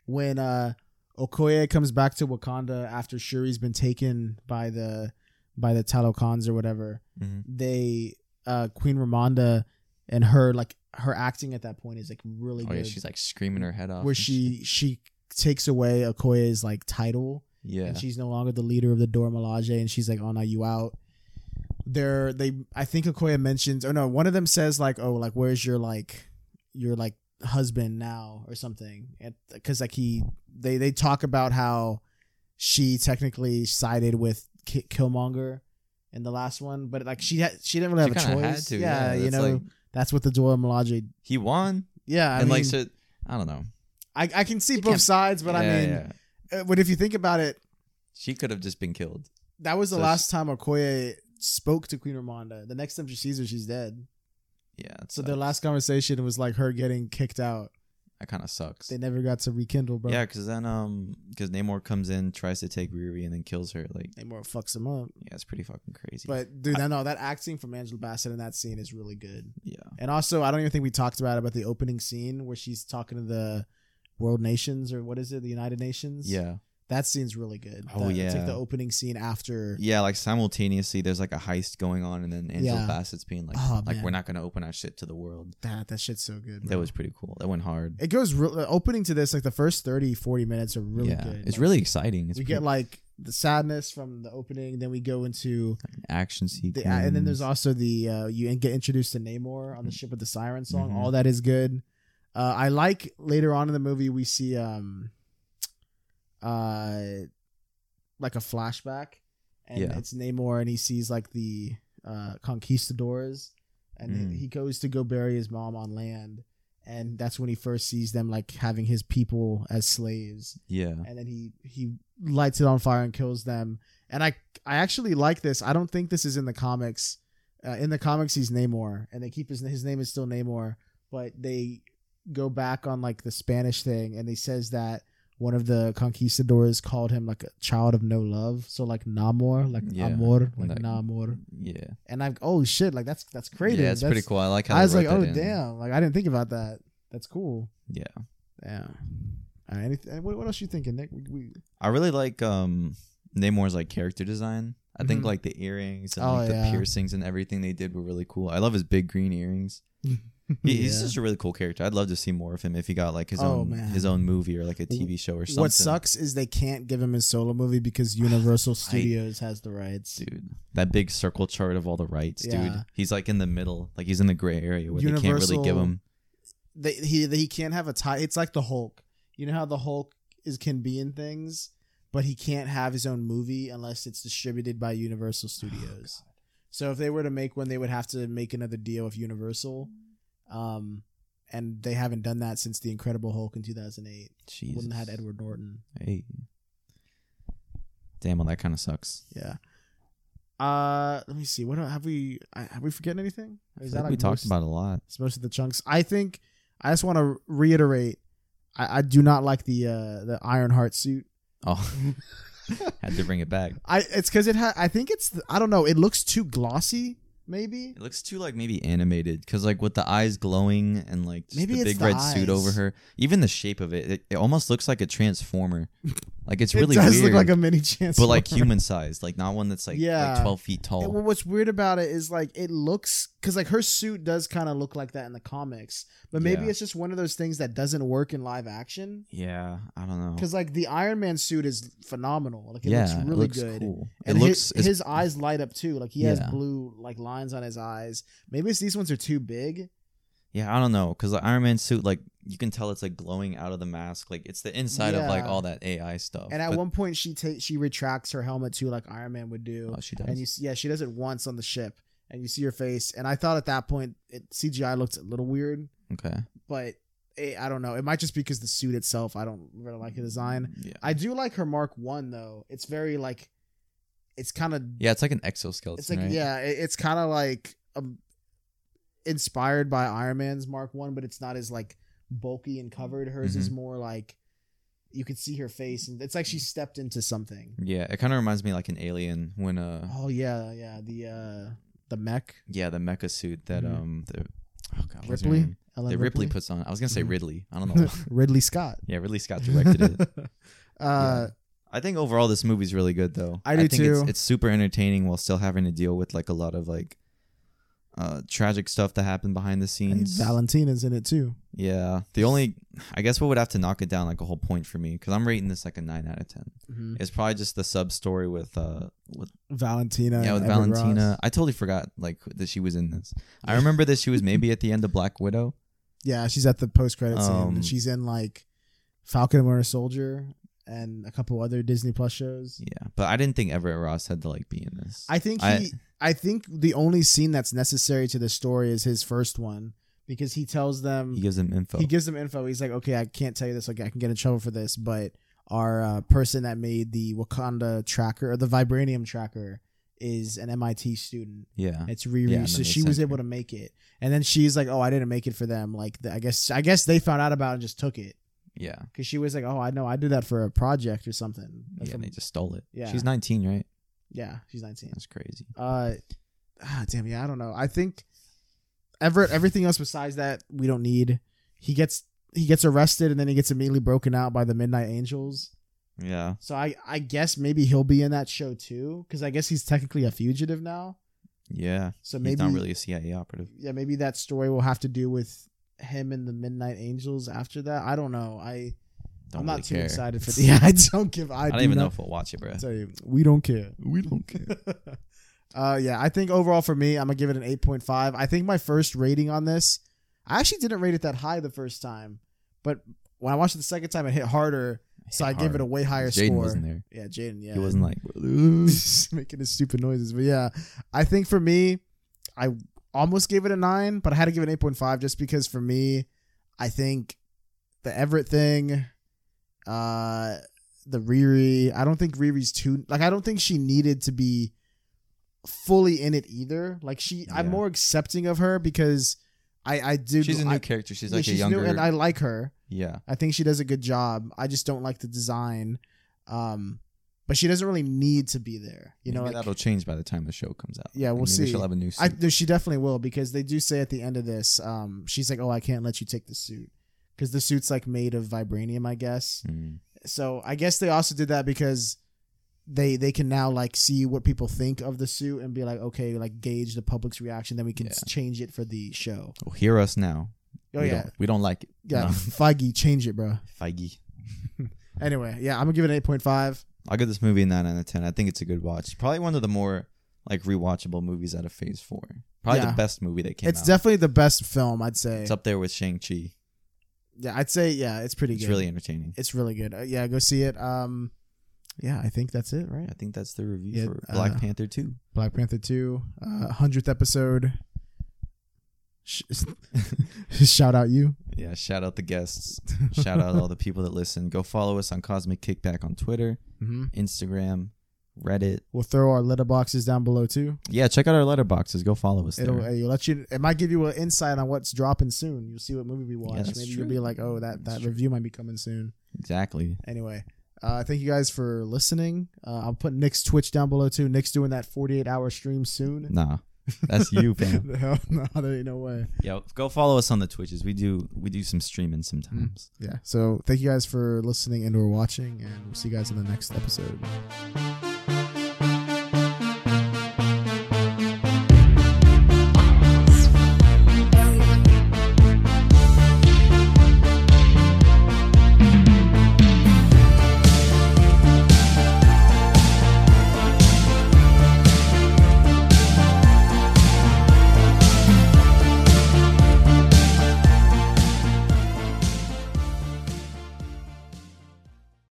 Speaker 2: when uh, Okoye comes back to Wakanda after Shuri's been taken by the by the Talokans or whatever.
Speaker 1: hmm
Speaker 2: They uh, Queen Ramonda and her like her acting at that point is like really
Speaker 1: Oh
Speaker 2: good.
Speaker 1: yeah, she's like screaming her head off.
Speaker 2: where
Speaker 1: and shit.
Speaker 2: she she takes away Okoye's like title
Speaker 1: Yeah.
Speaker 2: and she's no longer the leader of the Dora Milaje, and she's like, "Oh, now you out." There, they. I think Okoye mentions. Oh no, one of them says like, "Oh, like where's your like, your like husband now or something?" Because like he, they they talk about how she technically sided with Ki- Killmonger in the last one, but like she had she didn't really
Speaker 1: She
Speaker 2: have a
Speaker 1: kinda had
Speaker 2: choice.
Speaker 1: to, yeah,
Speaker 2: yeah, you
Speaker 1: it's
Speaker 2: know
Speaker 1: like-
Speaker 2: that's what the Dora Milaje.
Speaker 1: he won,
Speaker 2: Yeah, I
Speaker 1: and
Speaker 2: mean,
Speaker 1: like so, I don't know.
Speaker 2: I I can see
Speaker 1: You
Speaker 2: both
Speaker 1: can't-
Speaker 2: sides, but I
Speaker 1: Yeah,
Speaker 2: mean,
Speaker 1: yeah.
Speaker 2: uh, but if you think about it,
Speaker 1: she could have just been killed.
Speaker 2: That was the
Speaker 1: So
Speaker 2: last time Okoye spoke to Queen Ramonda. The next time she sees her, she's dead.
Speaker 1: Yeah. uh, that
Speaker 2: So their
Speaker 1: sucks.
Speaker 2: last conversation was like her getting kicked out.
Speaker 1: that kind of sucks.
Speaker 2: They never got to rekindle, bro.
Speaker 1: Yeah, because then um, because Namor comes in, tries to take Riri, and then kills her. Like,
Speaker 2: Namor fucks him up.
Speaker 1: yeah, it's pretty fucking crazy.
Speaker 2: But dude, no, no, that acting from Angela Bassett in that scene is really good.
Speaker 1: yeah,
Speaker 2: And also, I don't even think we talked about it, but the opening scene where she's talking to the World Nations or what is it, the United Nations?
Speaker 1: yeah,
Speaker 2: that scene's really good.
Speaker 1: Oh,
Speaker 2: That- it's like
Speaker 1: yeah.
Speaker 2: the opening scene after.
Speaker 1: yeah. Like simultaneously, there's like a heist going on, and then Angela
Speaker 2: Yeah.
Speaker 1: Bassett's being like,
Speaker 2: Oh,
Speaker 1: like
Speaker 2: man.
Speaker 1: we're not gonna open our shit to the world.
Speaker 2: That that shit's so good.
Speaker 1: That
Speaker 2: bro.
Speaker 1: was pretty cool. That went hard.
Speaker 2: It goes real the opening to this like the first 30, 40 minutes are really
Speaker 1: yeah,
Speaker 2: good.
Speaker 1: it's
Speaker 2: Like,
Speaker 1: really exciting. It's
Speaker 2: we
Speaker 1: pretty-
Speaker 2: get like the sadness from the opening, then we go into
Speaker 1: an action
Speaker 2: the uh,
Speaker 1: sequence,
Speaker 2: and then there's also the uh, you get introduced to Namor
Speaker 1: Mm-hmm.
Speaker 2: on the ship with the siren song.
Speaker 1: Mhm.
Speaker 2: All that is good. Uh, I like later on in the movie we see um, uh, like a flashback, and
Speaker 1: Yeah.
Speaker 2: it's Namor and he sees like the uh, conquistadors, and
Speaker 1: Mm.
Speaker 2: he goes to go bury his mom on land. And that's when he first sees them like having his people as slaves
Speaker 1: yeah,
Speaker 2: and then he he lights it on fire and kills them. And I I actually like this. I don't think this is in the comics. Uh, in the comics, he's Namor, and they keep his his name is still Namor, but they go back on like the Spanish thing, and he says that one of the conquistadors called him like a child of no love, so like Namor, like
Speaker 1: Yeah.
Speaker 2: Amor, like
Speaker 1: Like-
Speaker 2: Namor,
Speaker 1: yeah.
Speaker 2: and I'm oh shit, like that's that's crazy.
Speaker 1: Yeah, it's
Speaker 2: that's,
Speaker 1: pretty cool. I like how
Speaker 2: I
Speaker 1: they
Speaker 2: was like,
Speaker 1: wrote
Speaker 2: oh
Speaker 1: that in.
Speaker 2: damn, like I didn't think about that. That's cool.
Speaker 1: Yeah,
Speaker 2: Yeah. All right, anything, what, what else you thinking, Nick? We, we
Speaker 1: I really like um Namor's like character design. I think
Speaker 2: Mhm.
Speaker 1: like the earrings and
Speaker 2: Oh,
Speaker 1: like the
Speaker 2: yeah.
Speaker 1: piercings and everything they did were really cool. I love his big green earrings. He, He's
Speaker 2: Yeah.
Speaker 1: just a really cool character. I'd love to see more of him if he got like his
Speaker 2: Oh,
Speaker 1: own
Speaker 2: man.
Speaker 1: his own movie or like a TV show or something.
Speaker 2: What sucks is they can't give him his solo movie because Universal Studios has the rights.
Speaker 1: dude? That big circle chart of all the rights,
Speaker 2: Yeah.
Speaker 1: dude. He's like in the middle, like he's in the gray area where they can't really give
Speaker 2: Universal-
Speaker 1: him.
Speaker 2: They, he he can't have a tie. It's like the Hulk. You know how the Hulk is can be in things, but he can't have his own movie unless it's distributed by Universal
Speaker 1: Oh,
Speaker 2: Studios. so if they were to make one, they would have to make another deal with Universal, um, and they haven't done that since the Incredible Hulk in two thousand eight.
Speaker 1: Jesus.
Speaker 2: Wouldn't have had Edward Norton.
Speaker 1: Hey. Damn, well that kind of sucks.
Speaker 2: Yeah. Uh, let me see. What do- have we? I- Have we forgetting anything? Or
Speaker 1: I
Speaker 2: Is
Speaker 1: feel like we
Speaker 2: most-
Speaker 1: talked about it a lot.
Speaker 2: It's most of the chunks. I think I just want to reiterate. I, I do not like the uh, the Ironheart suit.
Speaker 1: Oh, had to bring it back.
Speaker 2: I it's because it ha- I think it's the, I don't know. It looks too glossy. Maybe
Speaker 1: It looks too like maybe animated because like with the eyes glowing and like just
Speaker 2: Maybe
Speaker 1: the
Speaker 2: it's
Speaker 1: big
Speaker 2: the
Speaker 1: red suit over
Speaker 2: eyes.
Speaker 1: her, even the shape of it, it, it almost looks like a transformer. like it's
Speaker 2: it
Speaker 1: really
Speaker 2: does
Speaker 1: weird,
Speaker 2: look like a mini chance.
Speaker 1: but like human sized, like not one that's like
Speaker 2: Yeah.
Speaker 1: like twelve feet tall.
Speaker 2: well, what's weird about it is like it looks because like her suit does kind of look like that in the comics, but maybe
Speaker 1: Yeah.
Speaker 2: it's just one of those things that doesn't work in live action.
Speaker 1: yeah, I don't know.
Speaker 2: Because like the Iron Man suit is phenomenal. Like
Speaker 1: Oh.
Speaker 2: it
Speaker 1: yeah,
Speaker 2: looks really
Speaker 1: it looks
Speaker 2: good.
Speaker 1: cool.
Speaker 2: And
Speaker 1: it looks
Speaker 2: his,
Speaker 1: it's-
Speaker 2: his eyes light up too. Like he has
Speaker 1: Yeah.
Speaker 2: blue like lines on his eyes. Maybe it's these ones are too big.
Speaker 1: yeah, I don't know because the Iron Man suit, like you can tell it's like glowing out of the mask. Like it's the inside of like
Speaker 2: Yeah.
Speaker 1: all that AI stuff.
Speaker 2: And at
Speaker 1: Oh, but-
Speaker 2: one point she takes she retracts her helmet too, like Iron Man would do.
Speaker 1: oh, she does.
Speaker 2: and you see, yeah, she does it once on the ship, and you see her face. And I thought at that point it, CGI looked a little weird,
Speaker 1: okay,
Speaker 2: but it, I don't know. It might just be because the suit itself I don't really like the design.
Speaker 1: yeah,
Speaker 2: I do like her Mark One though. It's very like, it's kind of
Speaker 1: yeah, it's like an exoskeleton.
Speaker 2: It's like
Speaker 1: right?
Speaker 2: yeah, it, it's kind of like um, inspired by Iron Man's Mark One, but it's not as like bulky and covered. Hers is
Speaker 1: Mm-hmm.
Speaker 2: more like you can see her face, and it's like she stepped into something.
Speaker 1: Yeah, it kind of reminds me like an alien when uh
Speaker 2: Oh yeah, yeah, the uh the mech
Speaker 1: yeah the mecha suit that
Speaker 2: Mhm.
Speaker 1: um the oh god what's her
Speaker 2: Ripley,
Speaker 1: name?
Speaker 2: Ellen
Speaker 1: that Ripley puts on. I was gonna say
Speaker 2: Mhm.
Speaker 1: Ridley. I don't know. why.
Speaker 2: Ridley Scott
Speaker 1: yeah, Ridley Scott directed it.
Speaker 2: Uh,
Speaker 1: I think overall this movie's really good though.
Speaker 2: I do
Speaker 1: think
Speaker 2: too.
Speaker 1: It's, it's super entertaining while still having to deal with like a lot of like uh tragic stuff that happened behind the
Speaker 2: and
Speaker 1: scenes.
Speaker 2: Valentina's in it too.
Speaker 1: yeah, the only I guess what would have to knock it down like a whole point for me because I'm rating this like a nine out of ten. It's probably just the sub story with uh with
Speaker 2: Valentina,
Speaker 1: yeah, with
Speaker 2: and Everett
Speaker 1: Valentina.
Speaker 2: Ross.
Speaker 1: I totally forgot like that she was in this. I remember that she was maybe at the end of Black Widow.
Speaker 2: Yeah, she's at the post credit scene,
Speaker 1: Um,
Speaker 2: and she's in like Falcon and Winter Soldier and a couple other Disney Plus shows.
Speaker 1: Yeah, but I didn't think Everett Ross had to like be in this.
Speaker 2: I think he.
Speaker 1: I-
Speaker 2: I, think the only scene that's necessary to the story is his first one because he tells them
Speaker 1: he
Speaker 2: he,
Speaker 1: gives him info.
Speaker 2: gives them info. He's like, okay, I can't tell you this. Like, I can get in trouble for this, but our uh, person that made the Wakanda tracker or the vibranium tracker is an MIT student.
Speaker 1: yeah,
Speaker 2: It's Riri,
Speaker 1: Yeah, that
Speaker 2: so
Speaker 1: makes
Speaker 2: she was
Speaker 1: sense.
Speaker 2: able to make it. And then she's like, oh, I didn't make it for them. Like, the, I guess I guess they found out about it and just took it
Speaker 1: yeah,
Speaker 2: because she was like, oh, I know, I did that for a project or something. Like
Speaker 1: yeah.
Speaker 2: from-
Speaker 1: They just stole it.
Speaker 2: Yeah.
Speaker 1: she's 19, right?
Speaker 2: yeah, she's nineteen.
Speaker 1: That's crazy.
Speaker 2: uh ah, damn yeah i don't know i think everett everything else besides that we don't need he gets he gets arrested and then he gets immediately broken out by the midnight angels
Speaker 1: Yeah,
Speaker 2: so i i guess maybe he'll be in that show too because i guess he's technically a fugitive now
Speaker 1: yeah.
Speaker 2: so maybe
Speaker 1: He's not really a CIA operative.
Speaker 2: yeah maybe that story will have to do with him and the midnight angels after that i don't know i
Speaker 1: Don't
Speaker 2: i'm not
Speaker 1: really
Speaker 2: too
Speaker 1: care.
Speaker 2: excited for the yeah i don't give i,
Speaker 1: I, don't
Speaker 2: do
Speaker 1: even
Speaker 2: not
Speaker 1: know if we'll watch it, bro.
Speaker 2: tell you we don't care
Speaker 1: We don't care.
Speaker 2: uh, yeah, I think overall for me, I'm gonna give it an 8.5. I think my first rating on this, I actually didn't rate it that high the first time, but when I watched it the second time, it hit harder, so I gave it a way higher
Speaker 1: Jaden
Speaker 2: score.
Speaker 1: wasn't there.
Speaker 2: Yeah, Jaden. Yeah,
Speaker 1: He wasn't like
Speaker 2: making his stupid noises, but yeah, I think for me, I almost gave it a nine, but I had to give it an 8.5 just because for me, I think the Everett thing, uh, the Riri. I don't think Riri's too like I don't think she needed to be fully in it either. Like she, I'm
Speaker 1: Yeah.
Speaker 2: more accepting of her because I I do.
Speaker 1: she's a new
Speaker 2: I-
Speaker 1: character. She's
Speaker 2: yeah,
Speaker 1: like a younger.
Speaker 2: new, and I like her.
Speaker 1: yeah,
Speaker 2: I think she does a good job. I just don't like the design, um, but she doesn't really need to be there. You know,
Speaker 1: Maybe
Speaker 2: like-
Speaker 1: that'll change by the time the show comes out.
Speaker 2: Yeah,
Speaker 1: Like,
Speaker 2: we'll
Speaker 1: maybe
Speaker 2: see.
Speaker 1: She'll have a new. Suit.
Speaker 2: I no, she definitely will because they do say at the end of this, um, she's like, "Oh, I can't let you take the suit because the suit's like made of vibranium, I guess."
Speaker 1: Mm.
Speaker 2: So I guess they also did that because they they can now like see what people think of the suit and be like, okay, like gauge the public's reaction. Then we can
Speaker 1: Yeah.
Speaker 2: s- change it for the show.
Speaker 1: Oh, hear us now.
Speaker 2: Oh
Speaker 1: we
Speaker 2: yeah,
Speaker 1: Don't, we don't like it.
Speaker 2: yeah.
Speaker 1: No.
Speaker 2: Feige, change it, bro.
Speaker 1: Feige.
Speaker 2: Anyway, yeah, I'm gonna give it an eight point five.
Speaker 1: I'll give this movie a nine out of ten. I think it's a good watch. Probably one of the more like rewatchable movies out of Phase Four. Probably
Speaker 2: Yeah.
Speaker 1: the best movie that came
Speaker 2: It's
Speaker 1: out.
Speaker 2: definitely the best film, I'd say.
Speaker 1: it's up there with Shang Chi.
Speaker 2: Yeah, I'd say yeah, it's pretty
Speaker 1: It's
Speaker 2: good.
Speaker 1: really entertaining.
Speaker 2: it's really good. Uh, yeah, go see it. Um, yeah, I think that's it, right?
Speaker 1: I think that's the review
Speaker 2: Yeah,
Speaker 1: for Black
Speaker 2: uh,
Speaker 1: Panther Two.
Speaker 2: Black Panther two, uh, hundredth episode. Sh- Shout out you.
Speaker 1: Yeah, shout out the guests. shout out all the people that listen. Go follow us on Cosmic Kickback on Twitter,
Speaker 2: hmm
Speaker 1: Instagram, Reddit.
Speaker 2: We'll throw our letterboxes down below too.
Speaker 1: Yeah, check out our letterboxes. Go follow us
Speaker 2: It'll,
Speaker 1: there.
Speaker 2: it'll let you. It might give you an insight on what's dropping soon. You'll see what movie we watch.
Speaker 1: that's
Speaker 2: Maybe
Speaker 1: true.
Speaker 2: you'll be like, oh, that
Speaker 1: That's
Speaker 2: that
Speaker 1: true.
Speaker 2: review might be coming soon.
Speaker 1: Exactly.
Speaker 2: Anyway, uh, thank you guys for listening. Uh, I'll put Nick's Twitch down below too. Nick's doing that forty-eight hour stream soon.
Speaker 1: Nah, that's you, fam.
Speaker 2: Hell no, there ain't no way.
Speaker 1: Yo, go follow us on the Twitches. We do we do some streaming sometimes.
Speaker 2: Yeah. So thank you guys for listening and or watching, and we'll see you guys in the next episode.